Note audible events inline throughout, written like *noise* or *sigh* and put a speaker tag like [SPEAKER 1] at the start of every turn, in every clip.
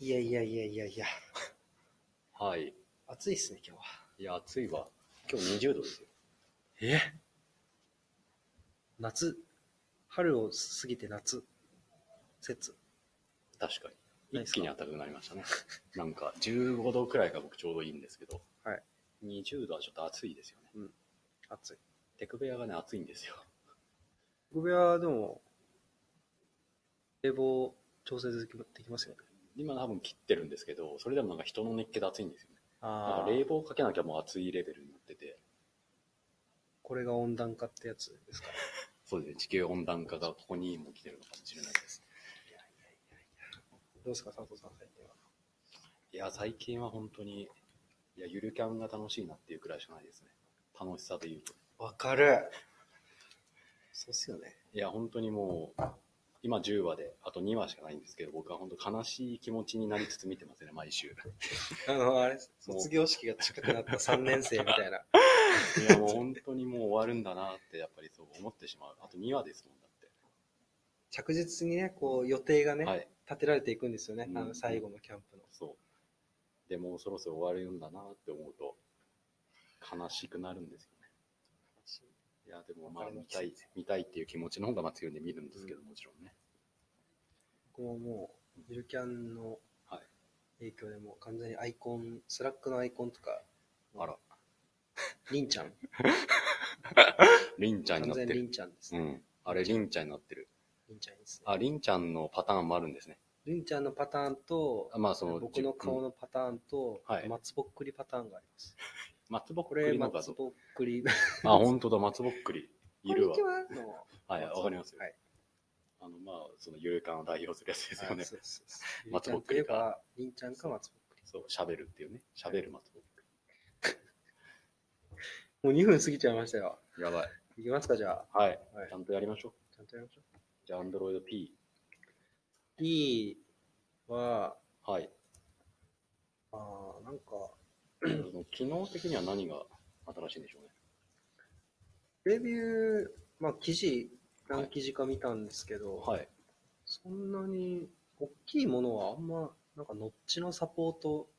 [SPEAKER 1] いやいやいやいやいや、
[SPEAKER 2] はい。
[SPEAKER 1] 暑いっすね、今日は。
[SPEAKER 2] いや、暑いわ。今日20度ですよ。
[SPEAKER 1] え夏。春を過ぎて夏。節。
[SPEAKER 2] 確かに。
[SPEAKER 1] ないっ
[SPEAKER 2] 一
[SPEAKER 1] す
[SPEAKER 2] 気
[SPEAKER 1] か
[SPEAKER 2] に暖かくなりましたね。なんか、15度くらいが僕ちょうどいいんですけど、
[SPEAKER 1] はい。
[SPEAKER 2] 20度はちょっと暑いですよね。
[SPEAKER 1] 暑い。
[SPEAKER 2] テク部屋がね、暑いんですよ。
[SPEAKER 1] 僕部屋でも、冷房調整できますよね。
[SPEAKER 2] 今多分切ってるんですけど、それでもなんか人の熱気で暑いんですよね。なん
[SPEAKER 1] あ
[SPEAKER 2] か冷房かけなきゃもう暑いレベルになってて、
[SPEAKER 1] これが温暖化ってやつですか。
[SPEAKER 2] そうですね、地球温暖化がここにも来てるのかもしれないです。
[SPEAKER 1] どうですか、佐藤さん最近は。
[SPEAKER 2] いや、最近は本当に、いや、ゆるキャンが楽しいなっていうくらいしかないですね。楽しさで言うと。
[SPEAKER 1] わかる。そうっすよね。
[SPEAKER 2] いや、本当にもう、今10話で、あと2話しかないんですけど、僕は本当悲しい気持ちになりつつ見てますね、毎
[SPEAKER 1] *laughs*
[SPEAKER 2] 週。
[SPEAKER 1] あの、あれ、卒業式が近くなった3年生み
[SPEAKER 2] *laughs*
[SPEAKER 1] たいな。
[SPEAKER 2] いや、もう本当にもう終わるんだなって、やっぱりそう思ってしまう。あと2話ですもんだっ
[SPEAKER 1] 着実にね、こう予定が
[SPEAKER 2] て。
[SPEAKER 1] ね、
[SPEAKER 2] はい、
[SPEAKER 1] 立てられていくんですよね、
[SPEAKER 2] うん
[SPEAKER 1] あの最後のキャンプの。
[SPEAKER 2] そう。でもうそろそろ終わるんだなって思うと、悲しくなるんですよね。いや、でもまあ、見たい、見たいっていう気持ちの方がまあ強いんで見るんですけど、もちろんね。
[SPEAKER 1] 僕ももう、ゆるキャンの
[SPEAKER 2] はい
[SPEAKER 1] 影響でもう完全にアイコン、スラックのアイコンとか、
[SPEAKER 2] あら、
[SPEAKER 1] りんちゃん、
[SPEAKER 2] りんちゃんに
[SPEAKER 1] 完
[SPEAKER 2] なっ
[SPEAKER 1] 全
[SPEAKER 2] て
[SPEAKER 1] り
[SPEAKER 2] る。
[SPEAKER 1] んちゃんです
[SPEAKER 2] う
[SPEAKER 1] ね。
[SPEAKER 2] ん。あれ、りんちゃんになってる。
[SPEAKER 1] りんちゃんいいですね。
[SPEAKER 2] あ、りんちゃんのパターンもあるんですね。
[SPEAKER 1] りんちゃんのパターンと
[SPEAKER 2] あ、まあ、その、
[SPEAKER 1] 僕の顔のパターンと
[SPEAKER 2] はい、
[SPEAKER 1] 松ぼっくりパターンがあります。
[SPEAKER 2] 松ぼっ
[SPEAKER 1] こ
[SPEAKER 2] く
[SPEAKER 1] れ、
[SPEAKER 2] りの画
[SPEAKER 1] 松
[SPEAKER 2] 像。
[SPEAKER 1] ぼっくり。
[SPEAKER 2] あ、本当だ、松ぼっくり。いるわ
[SPEAKER 1] こ。んにちはの
[SPEAKER 2] はい、わかりますよ。
[SPEAKER 1] はい
[SPEAKER 2] あの、まあ、その、ゆる感を代表するやつですよね
[SPEAKER 1] あ。そうですそうです
[SPEAKER 2] 松ぼっくりか
[SPEAKER 1] りんちゃんといえばりんちゃんか松ぼっくり。
[SPEAKER 2] そう、喋るっていうね。喋る松ぼっく
[SPEAKER 1] もう2分過ぎちゃいましたよ。
[SPEAKER 2] り。やばい。
[SPEAKER 1] いきますか、じゃあ。
[SPEAKER 2] はい。
[SPEAKER 1] はい
[SPEAKER 2] ちゃんとやりましょう。
[SPEAKER 1] ちゃんとやりましょう。
[SPEAKER 2] じゃあ、アンドロイド P。
[SPEAKER 1] D は、
[SPEAKER 2] はい。
[SPEAKER 1] あーなんか、
[SPEAKER 2] その機能的には何が新しいんでしょうね。
[SPEAKER 1] レビュー、まあ、記事、何記事か見たんですけど、
[SPEAKER 2] はい。
[SPEAKER 1] そんなに大きいものはあんま、なんか、ノッチのサポート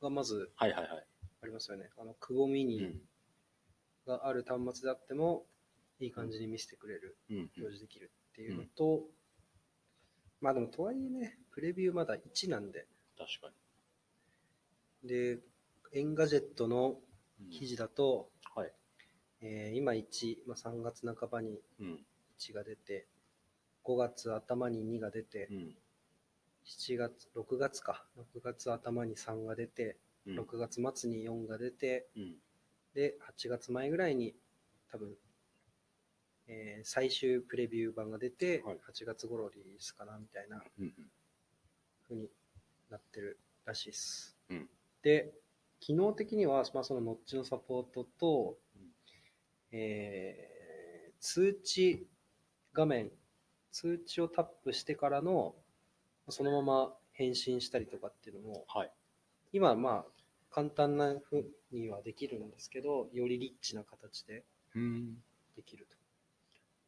[SPEAKER 1] がまず
[SPEAKER 2] はいはいはい。
[SPEAKER 1] ありますよね。あの、くぼみ
[SPEAKER 2] う
[SPEAKER 1] に
[SPEAKER 2] ん。
[SPEAKER 1] がある端末であっても、いい感じに見せてくれる、
[SPEAKER 2] うん。
[SPEAKER 1] 表示できるっていうのと、まあでも、とはいえね、プレビューまだ1なんで、
[SPEAKER 2] 確か
[SPEAKER 1] で、エンガジェットの
[SPEAKER 2] に。
[SPEAKER 1] 記事だと、
[SPEAKER 2] うんはい。
[SPEAKER 1] えー今1、まあ、3月半ばに
[SPEAKER 2] うん。
[SPEAKER 1] 1が出て、5月頭に2が出て
[SPEAKER 2] う、ん。
[SPEAKER 1] 7月、6月か、6月頭に3が出て、
[SPEAKER 2] うん。
[SPEAKER 1] 6月末に4が出て、
[SPEAKER 2] うん。
[SPEAKER 1] で、8月前ぐらいに多分、えー最終プレビュー版が出て、
[SPEAKER 2] はい
[SPEAKER 1] 8月頃リリースかなみたいな
[SPEAKER 2] うん。
[SPEAKER 1] 風になってるらしいです。
[SPEAKER 2] うん
[SPEAKER 1] で、機能的には、まあ、そのノッチのサポートと、
[SPEAKER 2] うん
[SPEAKER 1] えー通知画面、通知をタップしてからの、そのまま返信したりとかっていうのも、
[SPEAKER 2] はい。
[SPEAKER 1] 今はまあ、簡単な風にはできるんですけど、よりリッチな形で
[SPEAKER 2] うん。
[SPEAKER 1] できると。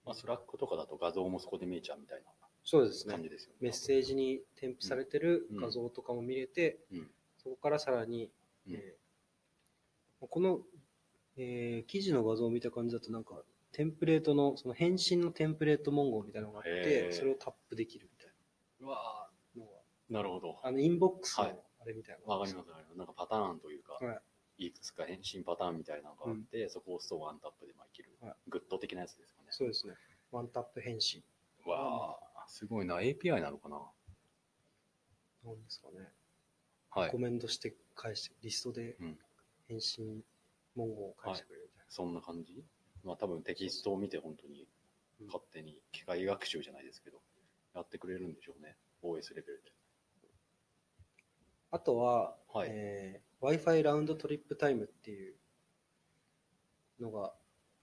[SPEAKER 2] まあ、スラックとかだと画像もそこで見えちゃうみたい
[SPEAKER 1] そうです
[SPEAKER 2] な感
[SPEAKER 1] ね。
[SPEAKER 2] じですよね。
[SPEAKER 1] メッセージに添付されてる画像とかも見れて、
[SPEAKER 2] うん
[SPEAKER 1] そこからさらに
[SPEAKER 2] うん
[SPEAKER 1] えーこの、えー記事の画像を見た感じだと、なんか、テンプレートの、その返信のテンプレート文言みたいなのがあって
[SPEAKER 2] へ、ー
[SPEAKER 1] それをタップできるみたいう
[SPEAKER 2] わ
[SPEAKER 1] なのが、
[SPEAKER 2] ーなるほど。わ
[SPEAKER 1] あの、インボックスの
[SPEAKER 2] はい
[SPEAKER 1] あれみたいなのが
[SPEAKER 2] かりますわかります。なんかパターンというか、、
[SPEAKER 1] はい
[SPEAKER 2] くつか返信パターンみたいなのがあって、そこを押すとワンタップでまあいける、
[SPEAKER 1] はい
[SPEAKER 2] グッド的なやつですかね。
[SPEAKER 1] そうですね。ワンタップ返信
[SPEAKER 2] わあ、すごいな。API なのかな
[SPEAKER 1] なんですかね。
[SPEAKER 2] はい
[SPEAKER 1] コ。メントして返して、リストで
[SPEAKER 2] うん
[SPEAKER 1] 返信文言を返してくれるみたい
[SPEAKER 2] そんな感じまあ多分テキストを見て本当に
[SPEAKER 1] うん
[SPEAKER 2] 勝手に機械学習じゃないですけど、やってくれるんでしょうね。OS レベルで。
[SPEAKER 1] な。あとは、
[SPEAKER 2] はい
[SPEAKER 1] えー Wi-Fi ラウンドトリップタイムっていうのが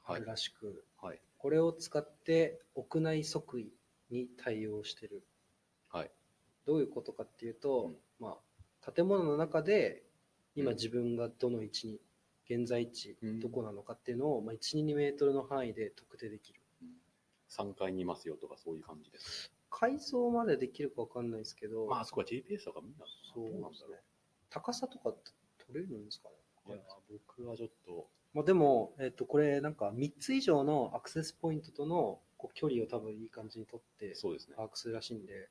[SPEAKER 1] あ
[SPEAKER 2] はい
[SPEAKER 1] る。らしく、
[SPEAKER 2] はい。
[SPEAKER 1] これを使って屋内測位に対応してる。
[SPEAKER 2] はい。
[SPEAKER 1] どういうことかっていうと、
[SPEAKER 2] うん
[SPEAKER 1] まあ、建物の中で今
[SPEAKER 2] うん
[SPEAKER 1] 自分がどの位置に、現在地
[SPEAKER 2] うん
[SPEAKER 1] どこなのかっていうのを、まあ、1、2メートルの範囲で特定できる
[SPEAKER 2] 3階にいますよとかそういう感じです。
[SPEAKER 1] 改造までできるかわかんないですけど、
[SPEAKER 2] まあ、あそこは GPS とか見ない
[SPEAKER 1] そう
[SPEAKER 2] どうなんだ
[SPEAKER 1] です
[SPEAKER 2] ろ
[SPEAKER 1] ね。高さとかって取れるんですかね
[SPEAKER 2] う。いや、僕はちょっと、
[SPEAKER 1] まあでも、えっと、これなんか3つ以上のアクセスポイントとのこう距離を多分いい感じに取って
[SPEAKER 2] そうですね。
[SPEAKER 1] 把握するらしいんで、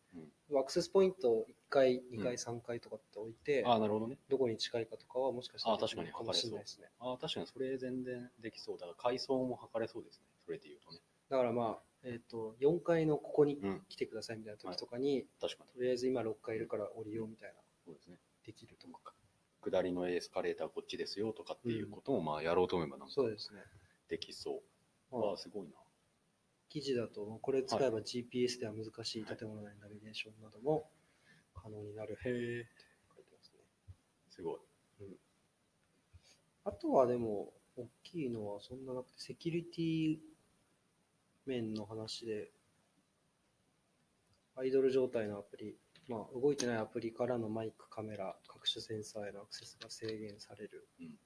[SPEAKER 1] アクセスポイントを1回、2
[SPEAKER 2] う
[SPEAKER 1] 回、
[SPEAKER 2] ん
[SPEAKER 1] 3回とかって置いて、
[SPEAKER 2] ああ、なるほどね。
[SPEAKER 1] どこに近いかとかはもしかしたら
[SPEAKER 2] あ確かに
[SPEAKER 1] できるもしれないですね。
[SPEAKER 2] ああ、確かにそれ全然できそうだ。から階層も測れそうですね。それで言うとね。
[SPEAKER 1] だからまあ、えっと、4階のここに
[SPEAKER 2] うん、
[SPEAKER 1] 来てくださいみたいな時とかに、
[SPEAKER 2] 確かに。
[SPEAKER 1] とりあえず今6階いるから降りようみたいな、
[SPEAKER 2] そうですね。
[SPEAKER 1] できるとか。
[SPEAKER 2] 下りのエスカレーターこっちですよとかっていうことも、まあ、やろうと思えばなんか
[SPEAKER 1] そうですね。
[SPEAKER 2] できそう。
[SPEAKER 1] ま
[SPEAKER 2] あ
[SPEAKER 1] あ
[SPEAKER 2] あ、、すごいな。
[SPEAKER 1] 記事だと、これ使えば GPS では難しい建物内ナビゲーションなども可能にな
[SPEAKER 2] へ
[SPEAKER 1] る。
[SPEAKER 2] え。
[SPEAKER 1] 書いてますね
[SPEAKER 2] すごい。
[SPEAKER 1] あとはでも、大きいのはそんななくて、セキュリティ面の話で、アイドル状態のアプリ、まあ、動いてないアプリからのマイク、カメラ、各種センサーへのアクセスが制限される
[SPEAKER 2] うん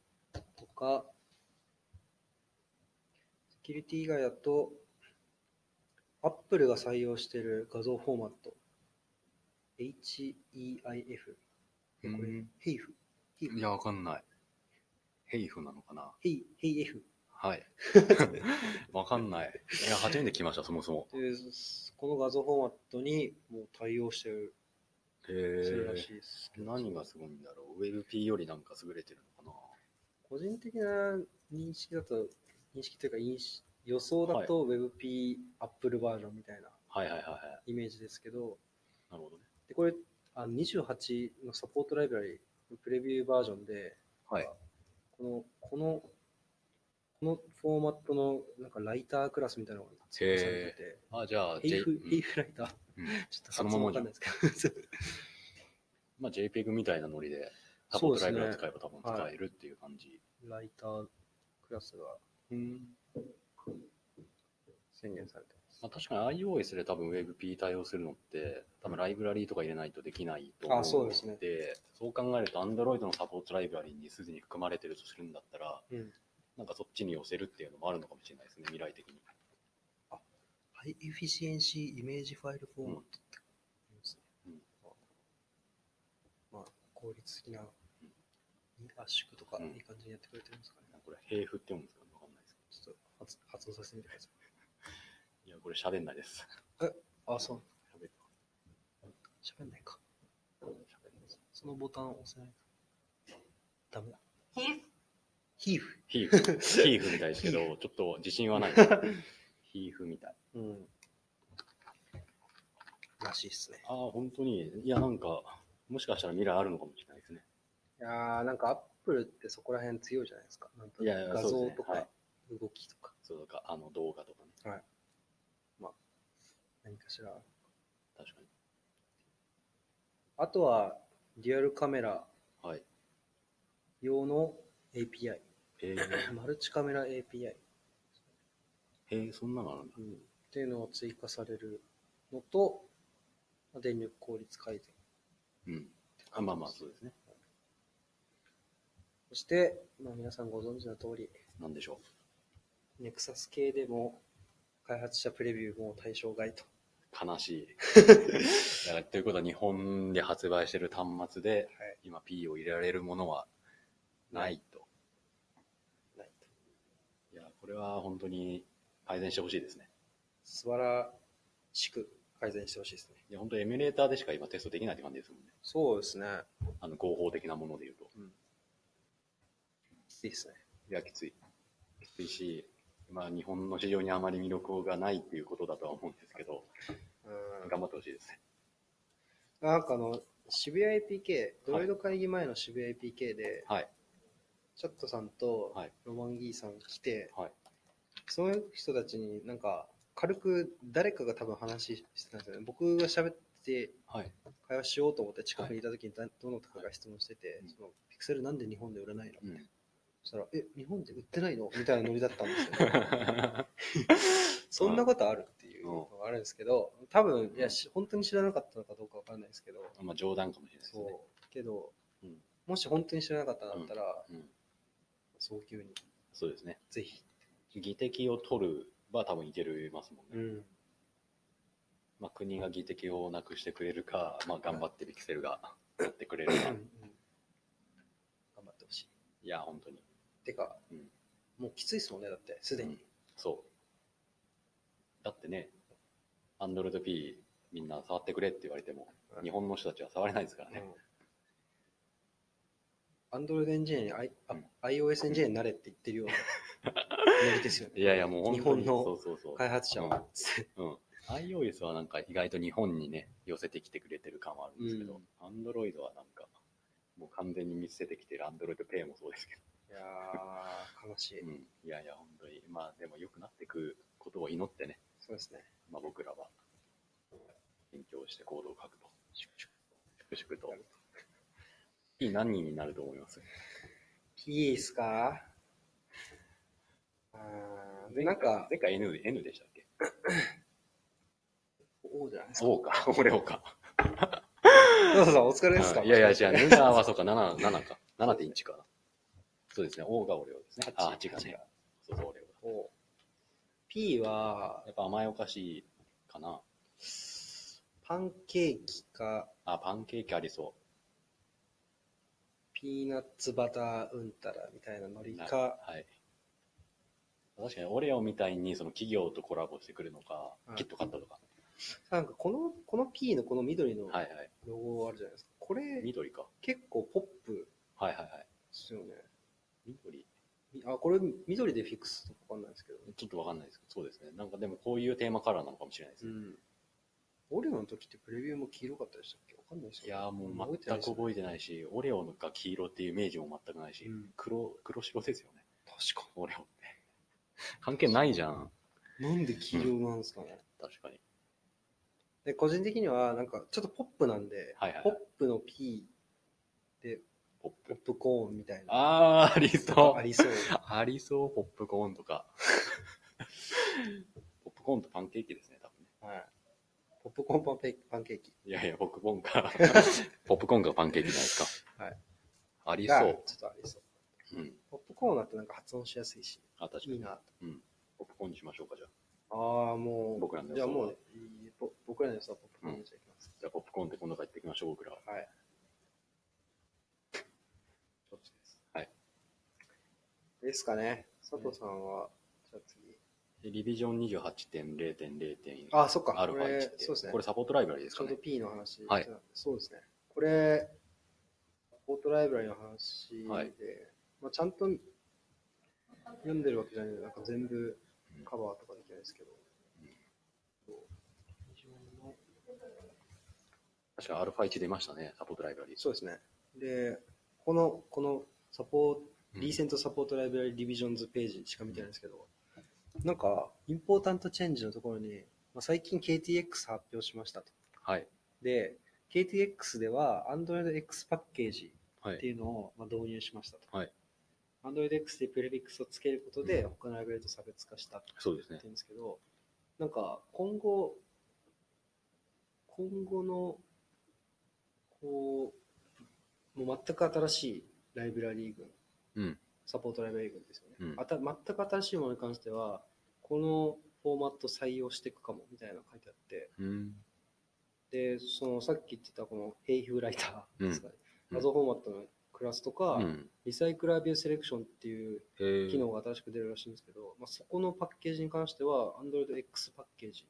[SPEAKER 1] とか、セキュリティ以外だと、Apple が採用している画像フォーマット、HEIF、えこれ、
[SPEAKER 2] うん
[SPEAKER 1] HEIF、
[SPEAKER 2] いや、わかんない。ヘイフなのかな
[SPEAKER 1] HEIF、HEIF
[SPEAKER 2] *laughs* はい。わかんない。いや、初めて来ました、そもそも。
[SPEAKER 1] で、すこの画像フォーマットにもう対応してる
[SPEAKER 2] へ
[SPEAKER 1] ら
[SPEAKER 2] え
[SPEAKER 1] し。いですけど、
[SPEAKER 2] 何がすごいんだろう。WebP よりなんか優れてるのか
[SPEAKER 1] 個人的な認識だと、認識というか認識予想だと WebP、Apple バージョンみたいな
[SPEAKER 2] な。はいはいはいはい。
[SPEAKER 1] イメージですけど、
[SPEAKER 2] なるほどね。
[SPEAKER 1] でこれあの28のサポートライブラリプレビューバージョンで、
[SPEAKER 2] はい
[SPEAKER 1] この、この、このフォーマットのなんかライタークラスみたいなのが追加されてて、
[SPEAKER 2] あ、じゃあ、
[SPEAKER 1] ヘイ
[SPEAKER 2] J う
[SPEAKER 1] フ、ヘイ
[SPEAKER 2] ん
[SPEAKER 1] フライター、
[SPEAKER 2] うん
[SPEAKER 1] ちょっと
[SPEAKER 2] そ
[SPEAKER 1] 発
[SPEAKER 2] のま
[SPEAKER 1] 音
[SPEAKER 2] ま
[SPEAKER 1] わ
[SPEAKER 2] じ
[SPEAKER 1] か
[SPEAKER 2] ゃん
[SPEAKER 1] んないですけど、
[SPEAKER 2] まあ、JPEG みたいなノリで、サポートライブラリ
[SPEAKER 1] そうです
[SPEAKER 2] 使
[SPEAKER 1] ね
[SPEAKER 2] えば多分使えるっていう感じ。
[SPEAKER 1] *laughs* ライタークラスが
[SPEAKER 2] うん
[SPEAKER 1] 宣言されてます。
[SPEAKER 2] まあ、確かに iOS で多分 WebP 対応するのって、多分ライブラリーとか入れないとできないと思うの
[SPEAKER 1] あそうですね
[SPEAKER 2] そう考えると Android のサポートライブラリーにすでに含まれてるとするんだったら、
[SPEAKER 1] うん
[SPEAKER 2] なんかそっちに寄せるっていうのもあるのかもしれないですね、未来的に。
[SPEAKER 1] ハイエフィシエンシーイメージファイルフォーマットって言うんですね。
[SPEAKER 2] うん
[SPEAKER 1] まあ、効率的な圧縮とか
[SPEAKER 2] うん
[SPEAKER 1] いい感じにやってくれてるんですかね。
[SPEAKER 2] これ、平符って読むんですかわかんないですけ
[SPEAKER 1] ちょっと発発音させてみてくださ
[SPEAKER 2] ど。いや、これ喋んないです。
[SPEAKER 1] い。あ、そう。
[SPEAKER 2] 喋る
[SPEAKER 1] 喋んないか。
[SPEAKER 2] 喋んないです。
[SPEAKER 1] そのボタンを押せない。ダメだ。
[SPEAKER 3] 皮膚
[SPEAKER 1] ヒーフ。
[SPEAKER 2] ヒーフ、ヒーフみたいですけど、ちょっと自信はない。ヒーフみたい。
[SPEAKER 1] うん。らしいっすね。
[SPEAKER 2] ああ、本当に。いや、なんか、もしかしたら未来あるのかもしれないですね。
[SPEAKER 1] いやー、なんかアップルってそこら辺強いじゃないですか。なんと
[SPEAKER 2] いやいや
[SPEAKER 1] 画
[SPEAKER 2] そう
[SPEAKER 1] 像
[SPEAKER 2] ですね
[SPEAKER 1] とか、
[SPEAKER 2] はい
[SPEAKER 1] 動きとか。
[SPEAKER 2] そうか、あの動画とかね。
[SPEAKER 1] 何かしら。
[SPEAKER 2] 確かに。
[SPEAKER 1] あとは、リアルカメラ
[SPEAKER 2] はい。
[SPEAKER 1] 用の API。
[SPEAKER 2] えー、
[SPEAKER 1] *coughs* マルチカメラ API っ
[SPEAKER 2] えー、そんなのあるんだ。
[SPEAKER 1] ていうのを追加されるのと、まあ電力効率改善。
[SPEAKER 2] うん。あまあまあ、そうですね。
[SPEAKER 1] そして、まあ、皆さんご存知の通り、
[SPEAKER 2] なんでしょ
[SPEAKER 1] Nexus 系でも開発者プレビューも対象外と。
[SPEAKER 2] う。悲しい。
[SPEAKER 1] *laughs*
[SPEAKER 2] だからということは、日本で発売してる端末で、
[SPEAKER 1] はい。
[SPEAKER 2] 今 P を入れられるものはないと。
[SPEAKER 1] ないと。
[SPEAKER 2] いや、これは本当に改善してほしいですね。
[SPEAKER 1] 素晴らしく改善してほしいですね。
[SPEAKER 2] いや、本当エミュレーターでしか今テストできないって感じですもんね。
[SPEAKER 1] そうですね。
[SPEAKER 2] あの、合法的なもので言うと。
[SPEAKER 1] いいですね。
[SPEAKER 2] いや、きつい。きついし、まあ、日本の市場にあまり魅力がないっていうことだとは思うんですけど、
[SPEAKER 1] うん。
[SPEAKER 2] 頑張ってほしいですね。
[SPEAKER 1] なんかあの、渋谷 APK、ドロイド会議前の渋谷 APK で、
[SPEAKER 2] はい。
[SPEAKER 1] チャットさんと
[SPEAKER 2] はい
[SPEAKER 1] ロマンギーさん来て、
[SPEAKER 2] はい
[SPEAKER 1] その人たちになんか軽く誰かが多分話してたんですよね僕が喋って
[SPEAKER 2] はい。
[SPEAKER 1] 会話しようと思って近くにいた時にだどの方が質問してて、
[SPEAKER 2] うん
[SPEAKER 1] そのピクセルなんで日本で売らないの
[SPEAKER 2] うん。
[SPEAKER 1] そしたら「え日本で売ってないの?」みたいなノリだったんです
[SPEAKER 2] *laughs*
[SPEAKER 1] よ、ね、そんなことあるっていうのがあるんですけど多分いやし本当に知らなかったのかどうかわかんないですけど
[SPEAKER 2] *laughs* まあ、冗談かもしれないです
[SPEAKER 1] そう
[SPEAKER 2] ね。
[SPEAKER 1] けど、
[SPEAKER 2] うん
[SPEAKER 1] もし本当に知らなかったんだったら、
[SPEAKER 2] うん。
[SPEAKER 1] 早急に
[SPEAKER 2] そうですね。
[SPEAKER 1] ぜひ、
[SPEAKER 2] 議的を取るは多分いけるますもんね。まあ、国が議的をなくしてくれるか、まあ、頑張ってピクセルがやってくれるか
[SPEAKER 1] うんう。ん頑張ってほしい。
[SPEAKER 2] いや、本当に。
[SPEAKER 1] てか、
[SPEAKER 2] うん
[SPEAKER 1] もうきついですもんね、だって、すでに。
[SPEAKER 2] そう。だってね、アンドロイド P みんな触ってくれって言われても、
[SPEAKER 1] うん
[SPEAKER 2] 日本の人たちは触れないですからね。
[SPEAKER 1] アンドロイドエンジニアに、I あ
[SPEAKER 2] うん
[SPEAKER 1] iOS エンジニアになれって言ってるようなノリですよ
[SPEAKER 2] *laughs*
[SPEAKER 1] ね。
[SPEAKER 2] いやいや、もう本当に
[SPEAKER 1] 日本の
[SPEAKER 2] そうそうそう。
[SPEAKER 1] 開発者は。
[SPEAKER 2] うん。iOS はなんか意外と日本にね、寄せてきてくれてる感はあるんですけど、Android はなんか、もう完全に見捨ててきてる Android Pay もそうですけ
[SPEAKER 1] いやー、悲しい
[SPEAKER 2] ど、。うん。いやいや、本当に。まあでも良くなってくことを祈ってね、
[SPEAKER 1] そうですね。
[SPEAKER 2] まあ僕らは勉強して行動を書くと。粛々と。いい何人になると思います
[SPEAKER 1] いいっすかあーで、なんか、
[SPEAKER 2] 前回 N で N でしたっけ
[SPEAKER 1] 王じゃないですか。
[SPEAKER 2] そうか、 *laughs* 俺をか。
[SPEAKER 1] そうそうそう、お疲れですか。
[SPEAKER 2] うんいやいや、
[SPEAKER 1] お疲れ
[SPEAKER 2] 違う、ヌガはそうか、7、7か。7.1か。そうですね、O が俺をですね。あ、8がね。そうそう、俺を。
[SPEAKER 1] お P は、
[SPEAKER 2] やっぱ甘いお菓子かな。
[SPEAKER 1] パンケーキか、
[SPEAKER 2] あ、パンケーキありそ
[SPEAKER 1] ピーナッツバターうんたらみたいなノ
[SPEAKER 2] う。
[SPEAKER 1] リ
[SPEAKER 2] な
[SPEAKER 1] か、
[SPEAKER 2] はい。確かに、オレオみたいにその企業とコラボしてくるのか、
[SPEAKER 1] うん
[SPEAKER 2] キットカットとか。
[SPEAKER 1] なんかこの、この P のこの緑の
[SPEAKER 2] はいはい。
[SPEAKER 1] ロゴあるじゃないですか。これ、
[SPEAKER 2] 緑か。
[SPEAKER 1] 結構ポップで
[SPEAKER 2] はいはいはい。
[SPEAKER 1] すよね。
[SPEAKER 2] 緑
[SPEAKER 1] みあ、これ緑でフィックスとかわかんないですけど。
[SPEAKER 2] ちょっとわかんないですけど、そうですね。なんかでもこういうテーマカラーなのかもしれないです
[SPEAKER 1] う
[SPEAKER 2] ね。
[SPEAKER 1] ん。オレオの時ってプレビューも黄色かったでしたっけわかんないですよ、
[SPEAKER 2] いやーもう
[SPEAKER 1] て
[SPEAKER 2] 全
[SPEAKER 1] な
[SPEAKER 2] く
[SPEAKER 1] いですね
[SPEAKER 2] 覚えてないし、オレオが黄色っていうイメージも全くないし、
[SPEAKER 1] うん
[SPEAKER 2] 黒、黒白ですよね。
[SPEAKER 1] 確か
[SPEAKER 2] オレオって。関係ないじゃん。
[SPEAKER 1] に。なんで黄色なんですかね。
[SPEAKER 2] 確かに。
[SPEAKER 1] で、個人的には、なんか、ちょっとポップなんで、
[SPEAKER 2] はいはい
[SPEAKER 1] ポップの P、
[SPEAKER 2] ポッ
[SPEAKER 1] ポ
[SPEAKER 2] プ。
[SPEAKER 1] ップコーンみたいな。
[SPEAKER 2] あー、ありそう
[SPEAKER 1] あ。りそう。
[SPEAKER 2] ありそう、ポップコーンと *laughs* か。ポップコーンとパンケーキですね、多分ね。
[SPEAKER 1] はい。ポップコーンパンペパンケーキ。
[SPEAKER 2] いやいや、ポップコーン *laughs* か。ポップコーンかパンケーキじゃないですか。
[SPEAKER 1] はい。
[SPEAKER 2] あり
[SPEAKER 1] が
[SPEAKER 2] そ
[SPEAKER 1] ちょっとありそう。
[SPEAKER 2] う。うん。
[SPEAKER 1] ポップコーンだってなんか発音しやすいし、
[SPEAKER 2] あ、確か
[SPEAKER 1] いい
[SPEAKER 2] に。
[SPEAKER 1] な。
[SPEAKER 2] ポップコーンにしましょうか、じゃあ。
[SPEAKER 1] ああ、もう、
[SPEAKER 2] 僕らの予
[SPEAKER 1] じゃ
[SPEAKER 2] 想
[SPEAKER 1] あ
[SPEAKER 2] は
[SPEAKER 1] もう、いいぼ僕らの予想はポップコーンにしていきます。
[SPEAKER 2] じゃあ、ポップコーンってこの中行ってきましょう、僕らは。
[SPEAKER 1] はい。
[SPEAKER 2] どっちです。はい。
[SPEAKER 1] ですかね。佐藤さんは、じゃあ次。
[SPEAKER 2] でリビジョン28.0.0.1。
[SPEAKER 1] あ、そっか。
[SPEAKER 2] アル
[SPEAKER 1] こ
[SPEAKER 2] ファ
[SPEAKER 1] れ
[SPEAKER 2] 1って。
[SPEAKER 1] そうですね。
[SPEAKER 2] これサポートライブラリです
[SPEAKER 1] ち
[SPEAKER 2] か
[SPEAKER 1] ょうど
[SPEAKER 2] ね。
[SPEAKER 1] P の話、
[SPEAKER 2] はい
[SPEAKER 1] そうですね。これ、ポートライブラリの話で、
[SPEAKER 2] はい
[SPEAKER 1] まあ、ちゃんと読んでるわけじゃないので、なんか全部カバーとかできないですけど、
[SPEAKER 2] 確かアルファ1出ましたね、サポートライブラリ。
[SPEAKER 1] そうですね。で、この、このサポート、
[SPEAKER 2] うん
[SPEAKER 1] リーセントサポートライブラリディビジョンズページしか見てないんですけど、なんか、インポータントチェンジのところに、まあ、最近 KTX 発表しましたと。
[SPEAKER 2] はい。
[SPEAKER 1] で、KTX では Android X パッケージ
[SPEAKER 2] は
[SPEAKER 1] って
[SPEAKER 2] い。
[SPEAKER 1] いうのをまあ導入しましたと。
[SPEAKER 2] はい
[SPEAKER 1] Android X でプレフィックスをつけることで、
[SPEAKER 2] うん
[SPEAKER 1] 他のライブラリと差別化したって
[SPEAKER 2] そうです
[SPEAKER 1] 言
[SPEAKER 2] ね
[SPEAKER 1] って。るんですけど、なんか今後、今後の、こう、もう全く新しいライブラリー群、
[SPEAKER 2] うん。
[SPEAKER 1] サポートライブラリー群ですよね。
[SPEAKER 2] うん
[SPEAKER 1] あた全く新しいものに関しては、このフォーマット採用していくかもみたいなの書いてあって、
[SPEAKER 2] うん。
[SPEAKER 1] で、そのさっき言ってたこのヘイフライターですかね。
[SPEAKER 2] うん
[SPEAKER 1] 画像フォーマットのクラスとか、
[SPEAKER 2] うん。
[SPEAKER 1] リサイクラービューセレクションっていう
[SPEAKER 2] えー
[SPEAKER 1] 機能が新しく出るらしいんですけど、まあ、そこのパッケージに関しては、Android X パッケージ。